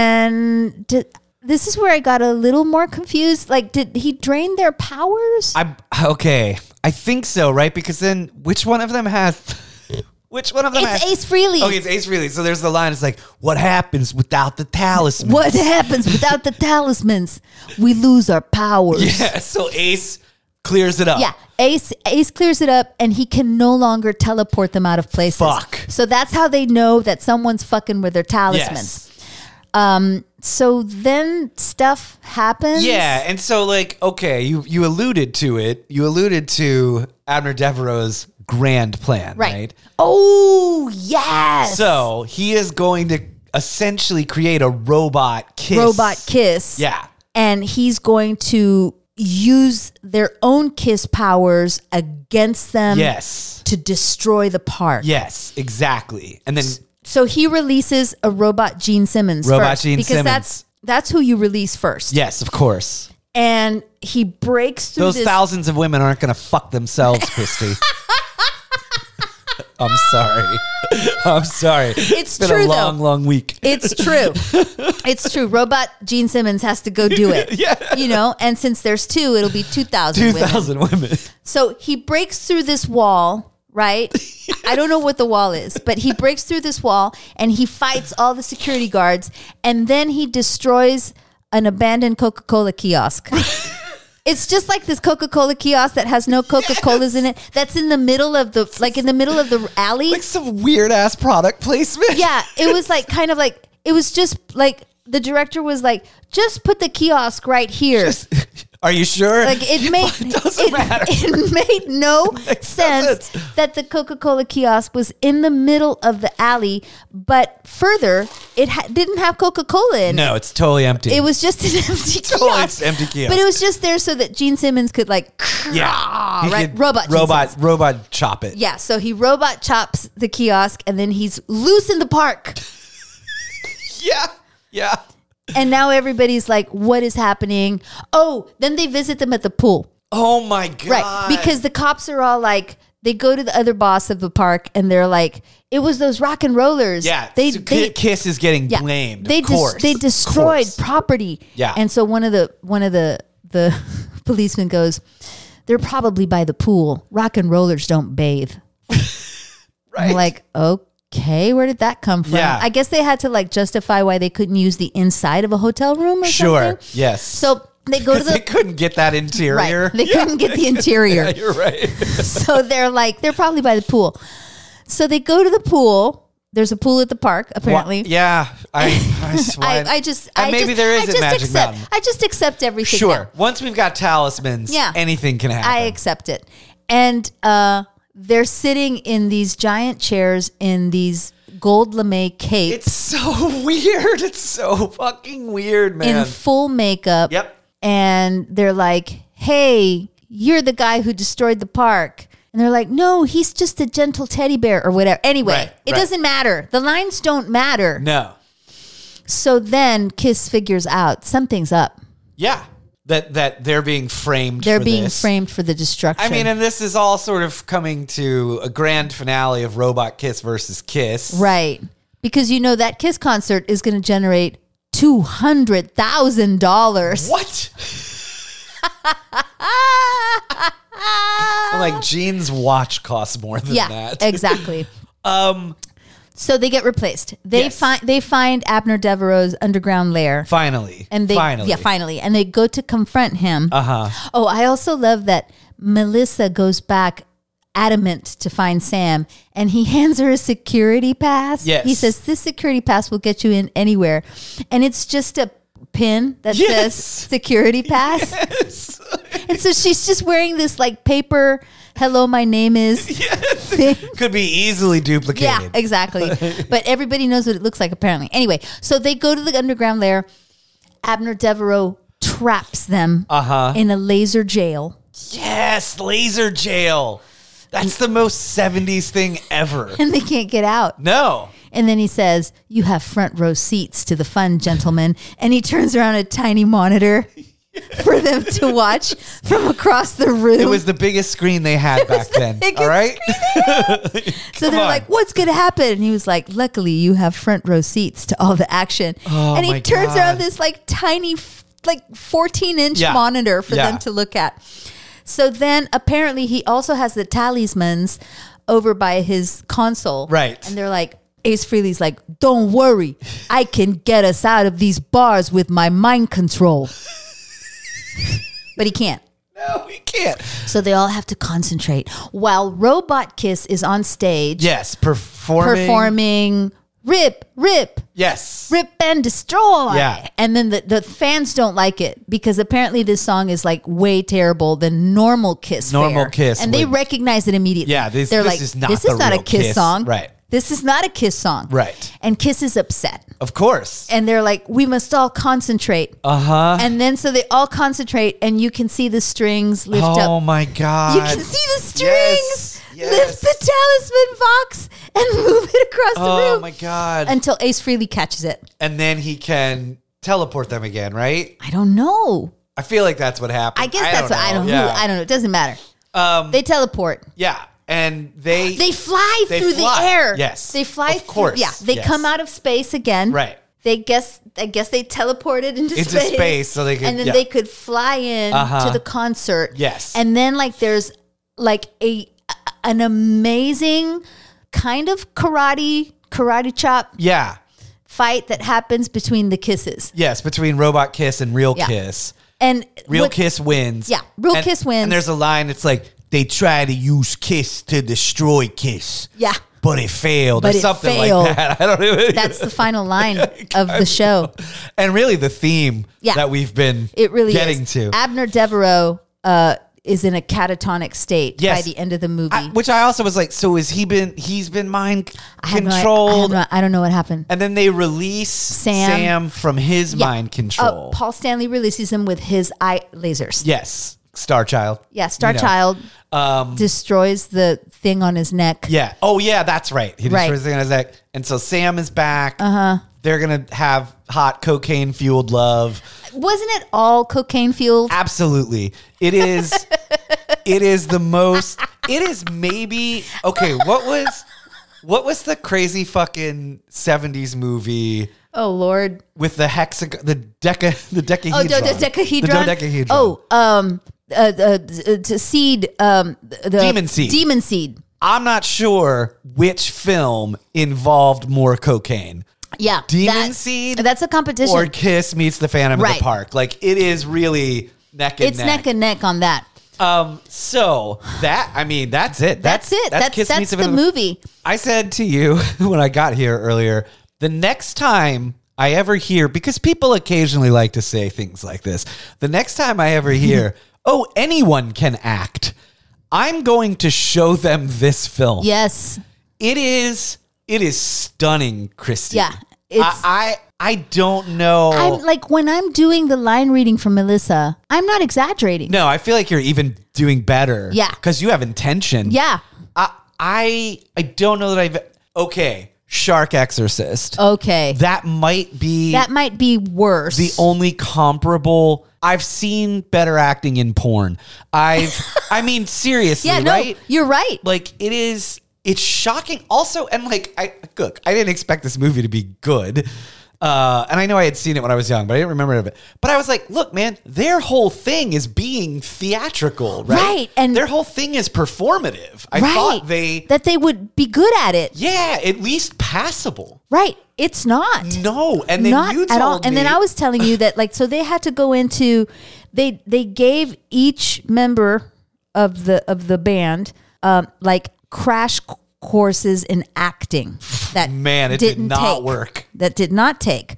and d this is where I got a little more confused. Like, did he drain their powers?
I okay. I think so, right? Because then which one of them has Which one of them?
It's
has-
Ace Frehley.
Okay, it's Ace Frehley. So there's the line. It's like, what happens without the talisman?
What happens without the talismans? We lose our powers.
Yeah. So Ace clears it up.
Yeah, Ace Ace clears it up, and he can no longer teleport them out of places.
Fuck.
So that's how they know that someone's fucking with their talismans.
Yes.
So then stuff happens.
Yeah, and so like, okay, you you alluded to it. You alluded to Abner Devereaux's grand plan,
Right.
right?
Oh yes.
So he is going to essentially create a robot kiss.
robot kiss. Mm-hmm.
Yeah.
And he's going to use their own kiss powers against them.
Yes.
To destroy the park.
Yes. Exactly. And then
So he releases a robot Gene Simmons
Robot
first
Gene
because
Simmons.
that's that's who you release first.
yes, of course,
And he breaks through
those
this.
thousands of women aren't going to fuck themselves, Christy. I'm sorry. I'm sorry.
It's
been
true,
a
though.
long, long week.
It's true. it's true. Robot Gene Simmons has to go do it.
Yeah.
You know, and since there's two, it'll be 2,000
Two
women.
thousand women.
So he breaks through this wall, right? I don't know what the wall is, but he breaks through this wall and he fights all the security guards and then he destroys an abandoned Coca Cola kiosk. It's just like this Coca Cola kiosk that has no Coca Colas in it. That's in the middle of the like in the middle of the alley.
Like some weird ass product placement.
yeah, it was like kind of like it was just like the director was like, just put the kiosk right here.
Are you sure?
Like it made
doesn't
it,
matter.
it made no sense
sense.
that the Coca-Cola kiosk was in the middle of the alley, but further, it ha- didn't have Coca-Cola in it.
no, it's totally empty.
It was just an empty kiosk.
Totally it's empty kiosk.
But it was just there so that Gene Simmons could like
yeah, He
right,
could
robot Gene
robot, robot, chop it.
yeah, so he robot chops the kiosk and then he's loose in the park.
yeah, yeah.
And now everybody's like, what is happening? Oh, then they visit them at the pool.
Oh my god!
Right. Because the cops are all like, they go to the other boss of the park and they're like, it was those rock and rollers.
yeah,
They,
so
they,
Ki- Kiss is getting
yeah,
blamed.
They
of
des-
course,
they
of
destroyed
course.
property.
Yeah.
And so one of the, one of the, the policeman goes, they're probably by the pool. Rock and rollers don't bathe.
Right.
I'm like, okay, where did that come from?
Yeah.
I guess they had to like justify why they couldn't use the inside of a hotel room or
sure.
something.
Yes.
So they go to
they
the,
couldn't get that interior.
right. They
Yeah,
couldn't get the interior.
you're right.
so they're like they're probably by the pool. So they go to the pool. There's a pool at the park, apparently.
yeah, I. I, swear.
I, I just
And
I
maybe
just, I
there is
just
at Magic
accept,
Mountain.
I just accept everything.
Sure.
now.
Once we've got talismans,
Yeah.
anything can happen.
I accept it. And uh, they're sitting in these giant chairs in these gold lame capes
it's so weird. It's so fucking weird,
in
man.
full makeup.
Yep.
And they're like, "Hey, you're the guy who destroyed the park." And they're like, "No, he's just a gentle teddy bear or whatever." Anyway,
Right,
it
right.
doesn't matter. The lines don't matter.
no.
So then Kiss figures out something's up.
Yeah. That that they're being framed.
They're
for
being
this.
framed for the destruction.
I mean, and this is all sort of coming to a grand finale of Robot Kiss versus Kiss.
right. Because you know that Kiss concert is going to generate $200,000.
What? I'm like Gene's watch costs more than
Yeah,
that.
exactly.
um,
So they get replaced. They
Yes.
find they find Abner Devereaux's underground lair
finally,
and they
finally,
yeah, finally and they go to confront him.
uh huh.
Oh, I also love that Melissa goes back adamant to find Sam and he hands her a security pass.
Yes.
He says, This security pass will get you in anywhere. And it's just a pin that
Yes.
says security pass. and so she's just wearing this like paper, hello, my name is thing.
Could be easily duplicated.
Yeah, exactly. but everybody knows what it looks like, apparently. Anyway, so they go to the underground lair. Abner Devereaux traps them
Uh-huh.
in a laser jail.
Yes, laser jail. That's the most 70s thing ever.
and they can't get out.
No.
And then he says, You have front row seats to the fun, gentlemen. And he turns around a tiny monitor for them to watch from across the room.
It was the biggest screen they had back
the
then.
biggest
All right?
so they're
on.
like, What's going to happen? And he was like, Luckily, you have front row seats to all the action. and he
Oh my
turns around
God.
this like tiny, f- like 14 inch
Yeah.
monitor for
Yeah.
them to look at. So then apparently he also has the talismans over by his console.
Right.
And they're like, Ace Frehley's like, don't worry, I can get us out of these bars with my mind control. but he can't.
No, we can't.
So they all have to concentrate while Robot Kiss is on stage
Yes, performing.
performing rip, rip,
Yes.
rip and destroy.
Yeah.
And then the, the fans don't like it because apparently this song is like way terrible than normal Kiss.
Normal
fare.
Kiss
And they
would-
recognize it immediately.
Yeah, this-
They're
this
like,
is not
this
the
is not
real
a Kiss,
Kiss."
song.
Right.
This is not a Kiss song.
Right.
And Kiss is upset.
Of course.
And they're like, we must all concentrate.
Uh huh.
and then so they all concentrate and you can see the strings lift up.
Oh my god.
You can see the strings
Yes, yes.
lift the talisman box and move it across the
Oh
room
my god. And,
until Ace Freely catches it.
then he can teleport them again, right?
I don't know.
I feel like that's what happened.
I guess that's
don't
what I don't know.
Yeah.
I don't know. It doesn't matter.
Um,
They teleport.
yeah. And they,
They fly
They
through
fly.
the air.
Yes.
They fly
Of course.
through. Yeah. They
Yes.
come out of space again.
Right.
They guess I guess they teleported into,
Into space so they could-
And then
yeah.
they could fly in
Uh-huh.
to the concert.
Yes.
And then like there's like a an amazing kind of karate karate chop
yeah.
fight that happens between the kisses.
Yes, between robot kiss and real
Yeah.
kiss.
And
Real
what-
kiss wins.
Yeah, real
And-
kiss wins.
And there's a line that's like they try to use kiss to destroy kiss.
Yeah.
But it failed
But
or
it
something
failed.
like that. I don't even
That's the final line of the show.
And really the theme
Yeah.
that we've been
It really
getting
is.
to.
Abner Devereaux uh, is in a catatonic state
Yes.
by the end of the movie.
I- which I also was like, so has he been? He's been mind
I have no- I have
controlled,
no- I don't know what happened. Uh,
and then they release Sam,
Sam.
from his
Yeah.
mind
Uh,
control.
Paul Stanley releases him with his eye lasers. Yeah,
yes, Star Child.
Star
You know.
Child
Um,
destroys the thing on his neck.
yeah. Oh yeah, that's right. He
Right. Uh-huh.
destroys the his neck, and so Sam is back. Uh huh. They're gonna have hot cocaine fueled love.
Wasn't it all cocaine fueled?
Absolutely, it is. it is the most. It is maybe okay. What was. What was the crazy fucking 70s movie
Oh Lord!
with the hexagon, the deca, the
Oh,
decahedron.
the, the
The
decahedron.
dodecahedron.
Oh, um, uh, uh, to seed, um, the
Demon seed.
demon seed.
I'm not sure which film involved more cocaine.
Yeah,
Demon
that-
Seed
That's a competition.
Or Kiss meets the Phantom of
Right.
the Park. Like it is really neck and
it's
neck.
neck and neck on that.
um, so that I mean, that's it.
That's it. That's that's, the,
Phantom of
movie.
I said to you when I got here earlier, the next time I ever hear, because people occasionally like to say things like this, the next time I ever hear, oh, anyone can act, I'm going to show them this film.
Yes.
It is it is stunning, Christy.
Yeah, it's-
I, I I don't know.
I'm like when I'm doing the line reading from Melissa, I'm not exaggerating.
no, I feel like you're even doing better.
Yeah.
Because you have intention.
Yeah.
I I I don't know that I've okay. Shark Exorcist.
Oh. Okay. That,
that might be
might be worse.
the only comparable I've seen better acting in porn. I've I mean seriously,
yeah, no,
right?
you're right.
Like it is it's shocking also and like I look, I didn't expect this movie to be good. Uh, and I know I had seen it when I was young, but I didn't remember it. But I was like, "Look, man, their whole thing is being theatrical, right?
Right, and-
their whole thing is performative." I
right.
thought they,
that they would be good at it.
yeah, at least passable.
Right. It's not.
No, and then
not
you told
at all. And then
me-
I was telling you that like so they had to go into they they gave each member of the of the band um like crash c- courses in acting that
Man, it did
didn't
not
take-
work.
That did not take.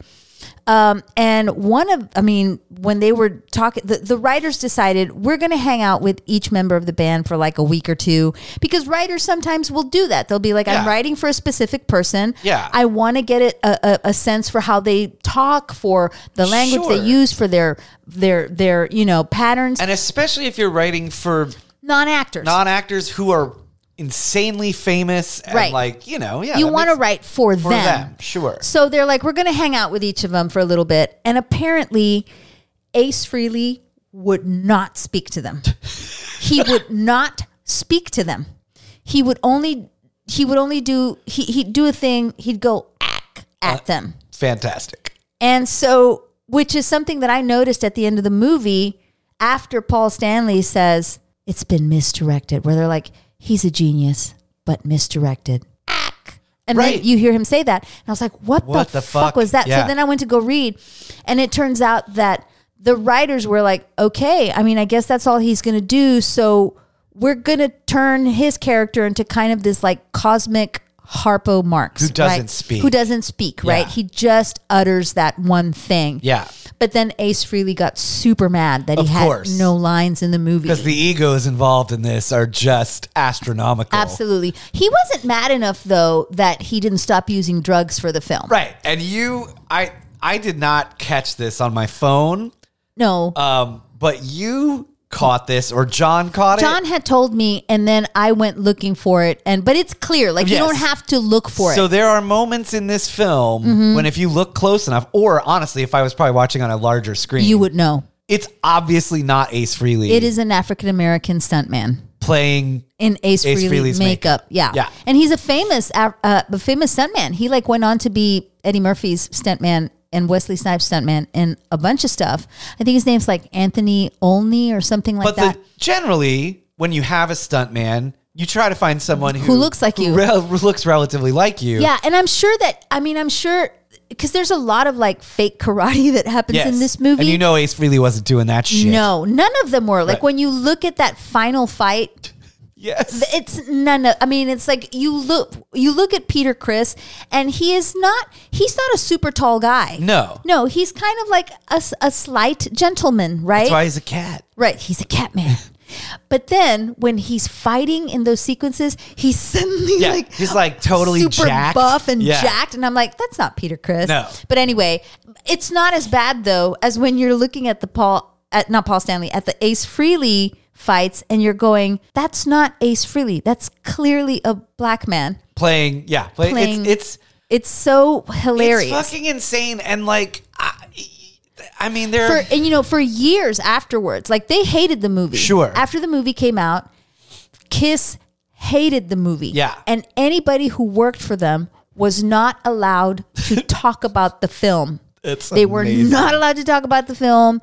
Um, and one of, I mean, when they were talking, the, the writers decided we're going to hang out with each member of the band for like a week or two because writers sometimes will do that. They'll be like,
Yeah.
I'm writing for a specific person.
Yeah.
I want to get it a, a, a sense for how they talk, for the language
Sure.
they use, for their their their you know patterns.
And especially if you're writing for
Non actors.
non actors who are insanely famous and
Right.
like you know yeah
you
that
want to
makes-
write for,
for them. sure
So they're like, we're going to hang out with each of them for a little bit. And apparently, Ace Freely would not speak to them. he would not speak to them. He would only he would only do he he'd do a thing. He'd go ack
Uh,
at them,
fantastic
and so which is something that I noticed at the end of the movie after Paul Stanley says it's been misdirected, where they're like, he's a genius. but misdirected. Ack. And
Right.
then you hear him say that. And I was like, what,
What
the,
the
fuck?
fuck?
was that?
Yeah.
So then I went to go read. And it turns out that the writers were like, okay, I mean, I guess that's all he's going to do. So we're going to turn his character into kind of this like cosmic Harpo Marx.
Who doesn't
right?
speak.
Who doesn't speak, right?
Yeah.
He just utters that one thing.
Yeah.
But then Ace Freely got super mad that
Of
he had
course.
no lines in the movie.
Because the egos involved in this are just astronomical.
Absolutely. He wasn't mad enough though that he didn't stop using drugs for the film.
Right. And you I I did not catch this on my phone.
No.
Um, but you caught this or John caught
John
it.
had told me and then I went looking for it and but it's clear like you
Yes.
don't have to look for
So
it. Mm-hmm.
there are moments in this film when if you look close enough, or honestly, if I was probably watching on a larger screen,
You would know.
it's obviously not Ace Freely
It is an African American stuntman
playing
in Ace,
Ace
Frehley
Frehley's
makeup. Yeah.
Yeah.
And he's a famous Af- uh, a famous stuntman. He like went on to be Eddie Murphy's stuntman and Wesley Snipes stuntman and a bunch of stuff. I think his name's like Anthony Olney or something like
But
that.
the, generally, when you have a stuntman, you try to find someone who,
Who looks like you.
rel- looks relatively like you.
Yeah, and I'm sure that I mean I'm sure because there's a lot of like fake karate that happens
Yes.
in this movie.
and you know Ace Freely wasn't doing that shit.
no, none of them were. Like
Right.
when you look at that final fight,
yes,
it's none of I mean it's like you look you look at Peter Chris and he is not he's not a super tall guy.
No.
No, he's kind of like a, s- a slight gentleman, right?
that's why he's a cat.
Right, he's a cat man. But then when he's fighting in those sequences, he's suddenly
Yeah,
like
he's like totally
super
jacked.
buff and
Yeah.
jacked, and I'm like, that's not Peter Chris.
No.
But anyway, it's not as bad though as when you're looking at the Paul at not Paul Stanley at the Ace Freely fights, and you're going, that's not Ace Freely. That's clearly a black man
Playing, yeah, play,
playing.
It's it's
It's so hilarious.
it's fucking insane. And like, I, I mean, there.
for and you know for years afterwards like they hated the movie
Sure.
after the movie came out kiss hated the movie
Yeah.
and anybody who worked for them was not allowed to talk about the film
It's
they were
amazing.
not allowed to talk about the film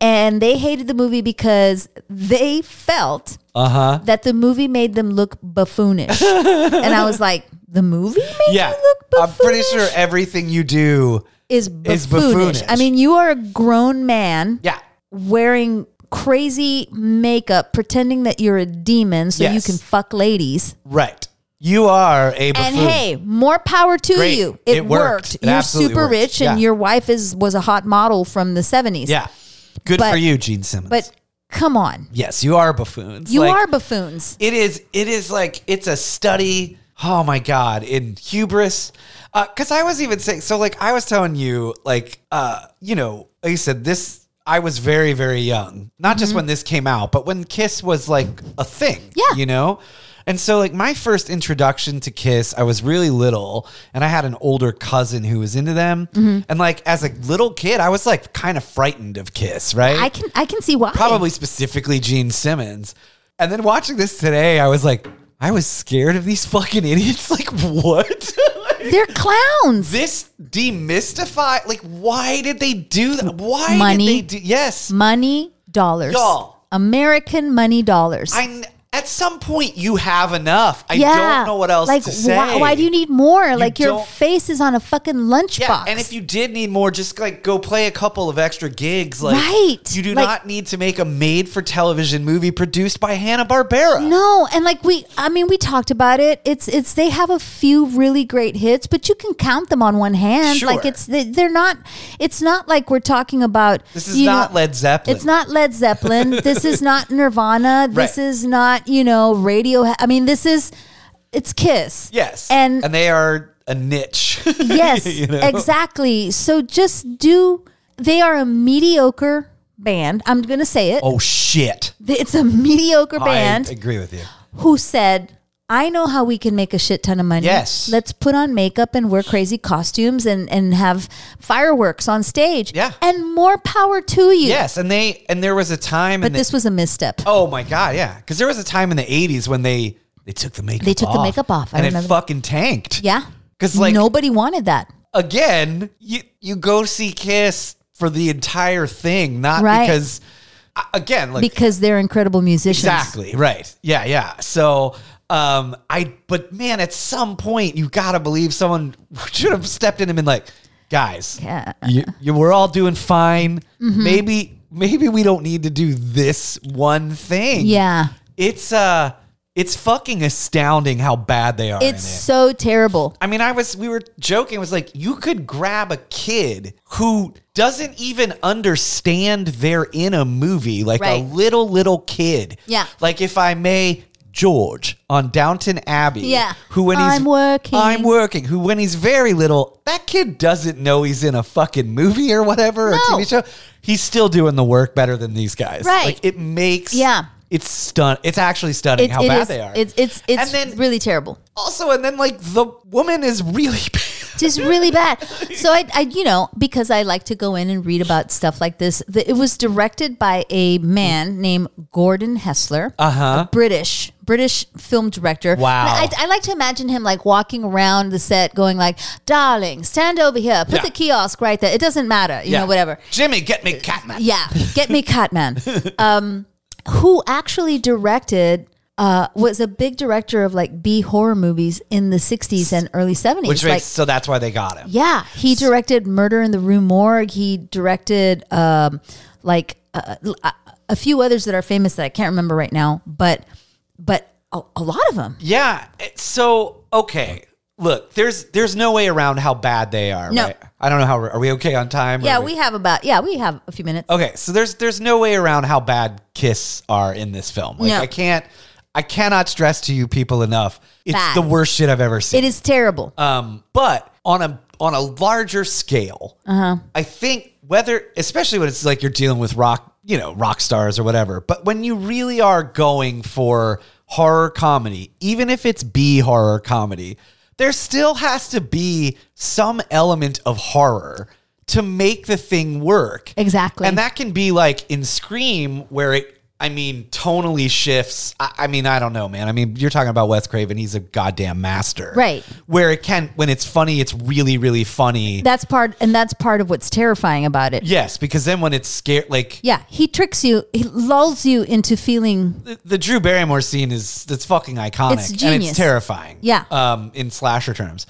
and they hated the movie because they felt
Uh-huh.
that the movie made them look buffoonish and i was like the movie made
yeah,
you look buffoonish
I'm pretty sure everything you do.
is buffoonish.
is buffoonish.
i mean you are a grown man
Yeah,
wearing crazy makeup, pretending that you're a demon so
Yes.
you can fuck ladies.
right. You are a buffoon.
And hey, more power to
Great.
you. It,
It worked.
worked.
It
you're
absolutely
super
worked.
rich and
Yeah.
your wife is was a hot model from the 70s.
yeah, good
But-
for you, Gene Simmons.
But come on.
yes, you are buffoons.
You
Like,
are buffoons.
It is. It is like it's a study. Oh my god, in hubris. Because I was even saying so. Like I was telling you, like uh, you know, like you said this. I was very very young. Not just when this came out, but when Kiss was like a thing.
Mm-hmm. Yeah.
You know. And so, like, my first introduction to Kiss, I was really little, and I had an older cousin who was into them.
Mm-hmm.
And, like, as a little kid, I was, like, kind of frightened of Kiss, right?
I can I can see why.
probably specifically Gene Simmons. And then watching this today, I was like, I was scared of these fucking idiots. Like, what? Like,
They're clowns.
this demystify. Like, why did they do that? Why
Money.
did they do? Yes,
Money dollars.
Y'all.
American money dollars.
I. kn- At some point, you have enough. I don't know what else
like,
to say.
Why, why do you need more? like your
don't-
face is on a fucking lunchbox.
Yeah, and if you did need more, just like go play a couple of extra gigs. Like,
Right.
you do
Like-
not need to make a made-for-television movie produced by Hanna Barbera.
No, and like we, I mean, we talked about it. It's it's they have a few really great hits, but you can count them on one hand.
Sure.
Like it's they- they're not. It's not like we're talking about.
this is
you
not
know,
Led Zeppelin.
It's not Led Zeppelin. this is not Nirvana. This
Right.
is not you know Radio. I mean, this is it's Kiss.
Yes.
and,
and they are a niche.
yes,
You know?
exactly. So just do. They are a mediocre band. I'm gonna say it.
oh shit.
It's a mediocre band.
I agree with you.
who said, I know how we can make a shit ton of money.
Yes.
Let's put on makeup and wear crazy costumes and, and have fireworks on stage.
Yeah.
And more power to you.
Yes, and they and there was a time
But
in the,
this was a misstep.
Oh my god, yeah. Cuz there was a time in the 80s when they they took the makeup
They took the
off,
makeup off. I
and it
remember.
fucking tanked.
Yeah.
'Cause, like-
nobody wanted that.
Again, you you go see Kiss for the entire thing, not
Right.
because uh, again, like
Because they're incredible musicians.
Exactly. Right. Yeah. Yeah. So, Um, I but man, at some point you gotta believe someone should have stepped in and been like, guys,
Yeah.
you, you, we're all doing fine.
Mm-hmm.
Maybe maybe we don't need to do this one thing.
Yeah.
it's uh, it's fucking astounding how bad they are. in
It's
it.
so terrible.
I mean, I was we were joking. It was like you could grab a kid who doesn't even understand they're in a movie, like
Right.
a little little kid.
Yeah.
Like if I may, George on Downton Abbey.
Yeah.
Who when he's
I'm working.
I'm working. Who when he's very little, that kid doesn't know he's in a fucking movie or whatever or
No.
TV show. He's still doing the work better than these guys.
Right.
Like it makes.
Yeah.
It's stun. It's actually stunning
It's
how
it
bad
is-
they are.
It's it's it's
And then-
really terrible.
also, and then like the woman is really.
just really bad. So I, I, you know, because I like to go in and read about stuff like this. The, it was directed by a man named Gordon Hessler, uh-huh. British British film director.
Wow.
And I, I like to imagine him like walking around the set, going like, "Darling, stand over here. Put
Yeah.
the kiosk right there. It doesn't matter. You know, whatever."
Jimmy, get me Catman.
Yeah, get me Catman. Um, who actually directed? Uh, was a big director of like B horror movies in the 60s and early 70s.
Which makes
like,
so that's why they got him.
yeah, he directed Murder in the Rue Morgue. He directed um, like uh, a, a few others that are famous that I can't remember right now, but but a, a lot of them.
Yeah. it- So okay, look, there's there's no way around how bad they are.
No.
Right? I don't know how we're- are we okay on time? Are
Yeah, we have about yeah we have a few minutes.
Okay, so there's there's no way around how bad Kiss are in this film. Like
No.
I can't I cannot stress to you people enough. It's
Bad.
the worst shit I've ever seen.
It is terrible.
Um, but on a on a larger scale,
Uh-huh.
I think whether especially when it's like you're dealing with rock, you know, rock stars or whatever. But when you really are going for horror comedy, even if it's B horror comedy, there still has to be some element of horror to make the thing work.
Exactly.
And that can be like in Scream, where it, I mean, tonally shifts. I, I mean, I don't know, man. I mean, you're talking about Wes Craven. He's a goddamn master.
Right.
Where it can, when it's funny, it's really, really funny.
that's part and that's part of what's terrifying about it.
yes, because then when it's scared, like
Yeah, he tricks you. He lulls you into feeling
the, the Drew Barrymore scene is, that's fucking iconic.
It's
And it's
genius.
terrifying.
Yeah.
Um, in slasher terms.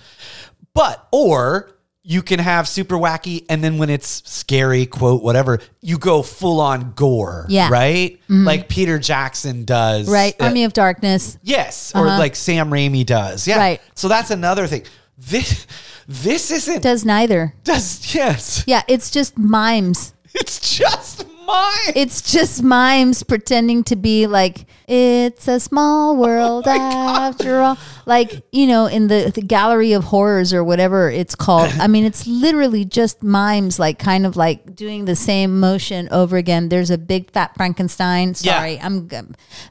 But, or you can have super wacky and then when it's scary, quote, whatever, you go full on gore.
Yeah. Mm-hmm.
Right? Like Peter Jackson does.
right
Uh,
army of darkness.
Yes, or like Sam Raimi does. Yeah.
Right.
So that's another thing. This this isn't
Does neither.
does yes.
Yeah, it's just mimes.
It's just mine.
It's just mimes pretending to be like it's a
Oh
small world after all. Like you know, in the, the gallery of horrors or whatever it's called. I mean, it's literally just mimes, like kind of like doing the same motion over again. There's a big fat Frankenstein.
Yeah.
Sorry, I'm g-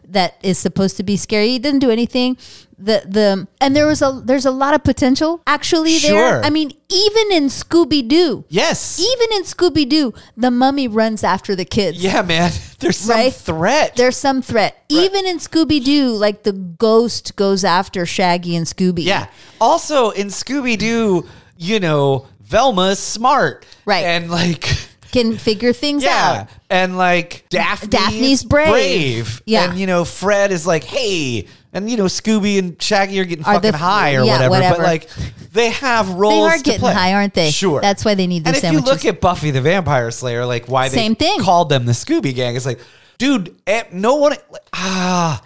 that is supposed to be scary. He didn't do anything. The the and there was a there's a lot of potential actually there.
Sure.
I mean, even in Scooby Doo.
yes.
Even in Scooby Doo, the mummy runs after the kids.
yeah, man. There's some
Right?
threat.
There's some threat. Even in Scooby Doo, like the ghost goes after Shaggy and Scooby.
yeah. Also in Scooby Doo, you know, Velma's smart.
Right.
And like
Can figure things
yeah.
out.
And like Daphne's,
Daphne's brave. Yeah.
And you know, Fred is like, hey. And you know, Scooby and Shaggy are getting
Are the-
fucking high or
yeah,
whatever,
whatever.
But like they have roles.
They are
to
getting
play.
high, aren't they?
Sure.
That's why they need
and
these
if
sandwiches.
you look at Buffy the Vampire Slayer, like why they
Same thing.
called them the Scooby Gang, it's like, dude, eh, no one, like, ah,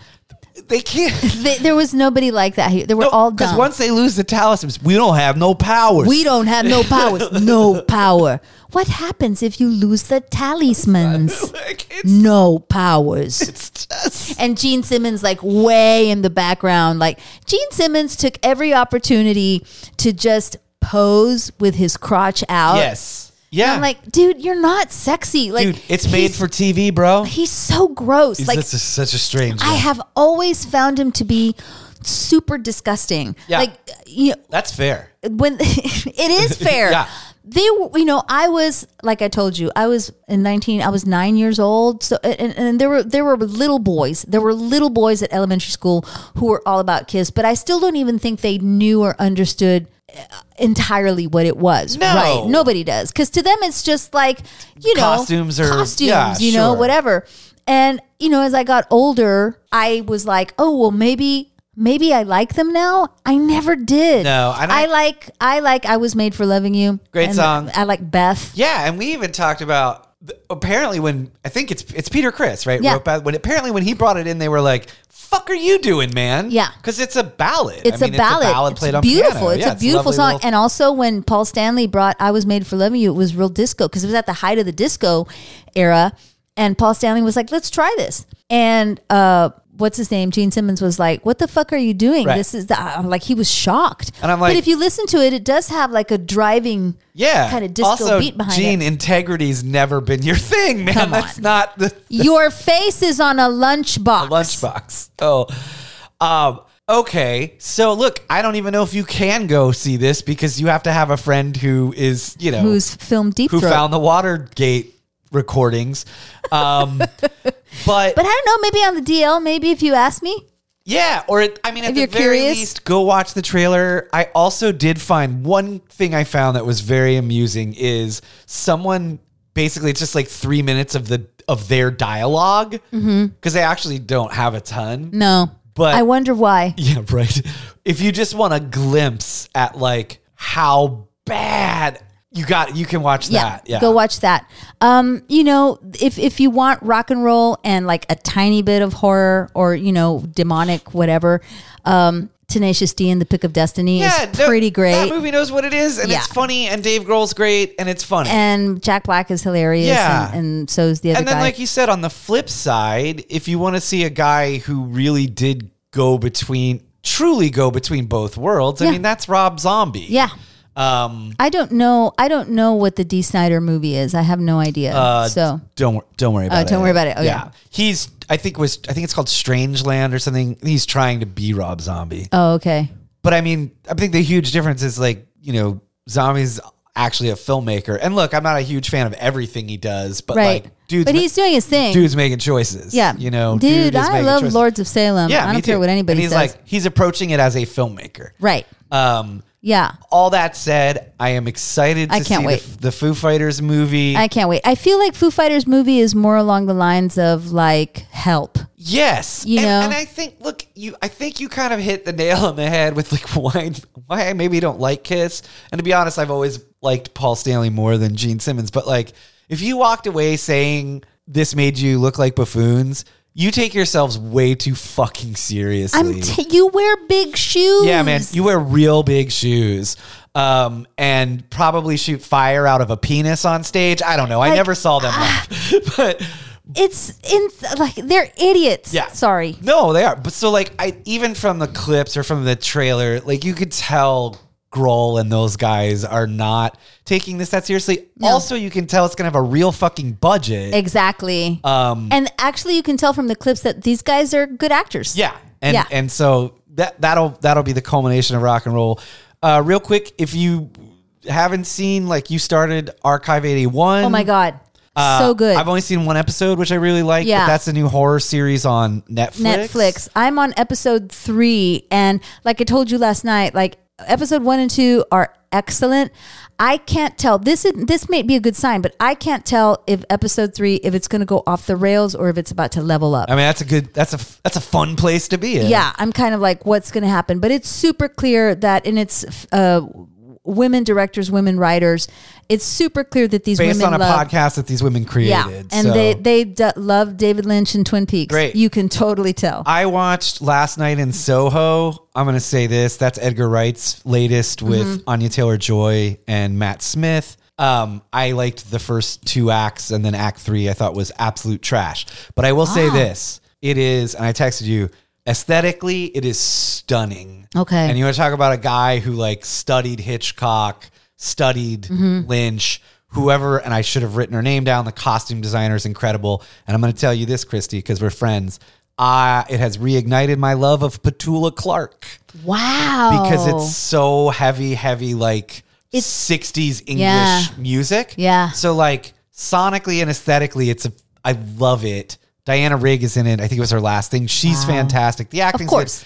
they can't.
Th- there was nobody like that. here. They were all
because
dumb.
once they lose the talismans, we don't have no powers.
we don't have no powers. no power. What happens if you lose the talismans?
like, it's,
No powers.
it's just
And Gene Simmons, like way in the background. Like Gene Simmons took every opportunity to just pose with his crotch out.
yes, yeah.
I'm like, dude, you're not sexy. Like,
dude, it's made
he's-
for TV, bro.
He's so gross.
He's
like,
such a, such a strange.
I
one.
have always found him to be super disgusting.
Yeah.
Like, you know,
That's fair.
when it is fair.
Yeah.
They, were- you know, I was like I told you, I was in nineteen. I was nine years old. So, and, and there were there were little boys. There were little boys at elementary school who were all about kiss. But I still don't even think they knew or understood uh, entirely what it was.
No.
Right? Nobody does because to them it's just like you know
Costumes or-
costumes.
yeah,
you know
sure.
whatever. And you know, as I got older, I was like, oh well, maybe maybe I like them now. I never did.
No, I
I,
don't-
like I like I was made for loving you.
Great
And
song.
I like Beth.
Yeah, and we even talked about apparently when I think it's it's Peter Chris right
Yeah.
wrote about when apparently when he brought it in they were like fuck are you doing man
Yeah.
because it's a ballad
It's,
I mean,
a ballad.
it's a ballad
It's
played on
beautiful.
piano.
It's
Yeah,
a beautiful
lovely
song.
little-
And also when Paul Stanley brought I Was Made for Loving You, it was real disco because it was at the height of the disco era. And Paul Stanley was like, Let's try this. And uh What's his name? Gene Simmons was like, "What the fuck are you doing?
Right.
This is the, I'm like he was shocked."
And I'm like-
"But if you listen to it, it does have like a driving,
yeah
kind of disco
also,
beat behind
Gene
it."
integrity's never been your thing man
Come
that's
on.
not the
Your face is on a lunchbox.
lunchbox oh um okay so look I don't even know if you can go see this because you have to have a friend who is you know
who's filmed Deep
who
Throat.
found the Watergate recordings. Um, but,
but I don't know. Maybe on the DL. Maybe if you ask me.
yeah, or it, I mean, at
If
the
you're
very
curious.
least, go watch the trailer. I also did find one thing I found that was very amusing is someone basically it's just like three minutes of the of their dialogue because
Mm-hmm.
they actually don't have a ton.
No.
But-
I wonder why.
Yeah, right. If you just want a glimpse at like how bad you got, you can watch
Yeah,
that. Yeah,
Go watch that. Um, you know, if if you want rock and roll and like a tiny bit of horror or you know demonic whatever, um, Tenacious D and the Pick of Destiny is
no,
pretty
That
great.
movie knows what it is, and
Yeah.
it's funny, and Dave Grohl's great, and it's funny. And,
And Jack Black is hilarious.
Yeah.
And, and so is the other
then,
guy.
like you said, on the flip side, if you want to see a guy who really did go between, truly go between both worlds, I
Yeah.
mean, that's Rob Zombie.
yeah.
Um.
I don't know. I don't know what the D. Snyder movie is. I have no idea.
Uh,
so
Don't wor- don't worry about it.
don't worry about it. Oh, yeah.
He's I think was I think it's called Strangeland or something. He's trying to be Rob Zombie.
oh okay.
But I mean, I think the huge difference is like, you know, Zombie's actually a filmmaker. And look, I'm not a huge fan of everything he does, but
Right.
like dude's
but
ma-
he's doing his thing.
dude's making choices.
yeah.
You know,
dude,
is
I
making
love
choices.
Lords of Salem.
Yeah,
I
me
don't care
too.
what anybody
and he's
says.
like he's approaching it as a filmmaker.
right.
Um
Yeah.
all that said, I am excited to
I can't
see
wait.
The, the Foo Fighters movie.
I can't wait. I feel like Foo Fighters movie is more along the lines of like help.
Yes,
You
and,
know?
and I think look, you I think you kind of hit the nail on the head with like why why I maybe don't like Kiss. And to be honest, I've always liked Paul Stanley more than Gene Simmons. But like, if you walked away saying this made you look like buffoons, you take yourselves way too fucking seriously.
I'm t- you wear big shoes.
yeah, man, you wear real big shoes. Um, and probably shoot fire out of a penis on stage. I don't know. I
Like, ah.
never saw them live, but
It's in like they're idiots.
Yeah.
Sorry.
No, they are. But so like I even from the clips or from the trailer, like you could tell Grohl and those guys are not taking this that seriously. Also, you can tell it's gonna have a real fucking budget.
Exactly. Um and actually you can tell from the clips that these guys are good actors.
yeah. And
Yeah.
and so that that'll that'll be the culmination of rock and roll. Uh real quick, if you haven't seen like you started Archive 81.
Oh my god.
uh,
so good.
I've only seen one episode, which I really like.
Yeah.
But that's a new horror series on Netflix.
Netflix. I'm on episode three, and like I told you last night, like episode one and two are excellent. I can't tell. This is, this may be a good sign, but I can't tell if episode three if it's going to go off the rails or if it's about to level up.
I mean, that's a good. That's a that's a fun place to be in.
yeah, I'm kind of like, what's going to happen? But it's super clear that, and it's uh, women directors, women writers. It's super clear that these
based
women
on a
love.
podcast that these women
yeah,
created.
and
so.
they they d- love David Lynch and Twin Peaks.
Great.
you can totally tell.
I watched last night in Soho. I'm going to say this. That's Edgar Wright's latest with
Mm-hmm.
Anya Taylor Joy and Matt Smith. Um, I liked the first two acts, and then Act Three I thought was absolute trash. But I will
Ah.
say this: it is, and I texted you. Aesthetically, it is stunning.
Okay.
and you want to talk about a guy who like studied Hitchcock, studied Lynch, whoever, and I should have written her name down. The costume designer is incredible. And I'm going to tell you this, Christy, because we're friends. Uh, it has reignited my love of Petula Clark
wow,
because it's so heavy, heavy, like
Oh. It's-
60s English
Yeah.
music.
Yeah.
So, like, sonically and aesthetically, it's a, I love it. Diana Rigg is in it. I think it was her last thing. She's fantastic. The acting,
course.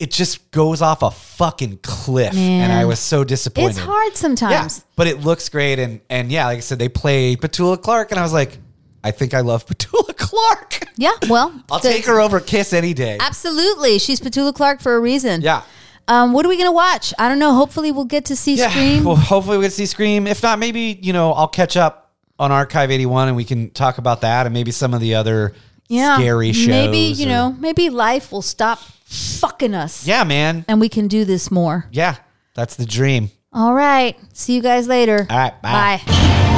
it just goes off a fucking cliff. And I
Man.
was so disappointed.
it's hard
Yeah,
sometimes.
but it looks great, and and yeah, like I said, they play Petula Clark, and I was like, I think I love Petula Clark. Clark.
Yeah, well,
I'll
the-
take her over Kiss any day.
Absolutely, she's Petula Clark for a reason.
Yeah.
Um, what are we gonna watch? I don't know. Hopefully, we'll get to see
Yeah.
Scream.
Well, hopefully we get to see Scream. If not, maybe, you know, I'll catch up on Archive 81 and we can talk about that and maybe some of the other
yeah,
scary shows.
Maybe you
or-
know, maybe life will stop fucking us,
Yeah, man.
and we can do this more.
Yeah. That's the dream.
All right, see you guys later.
All right. Bye.
bye.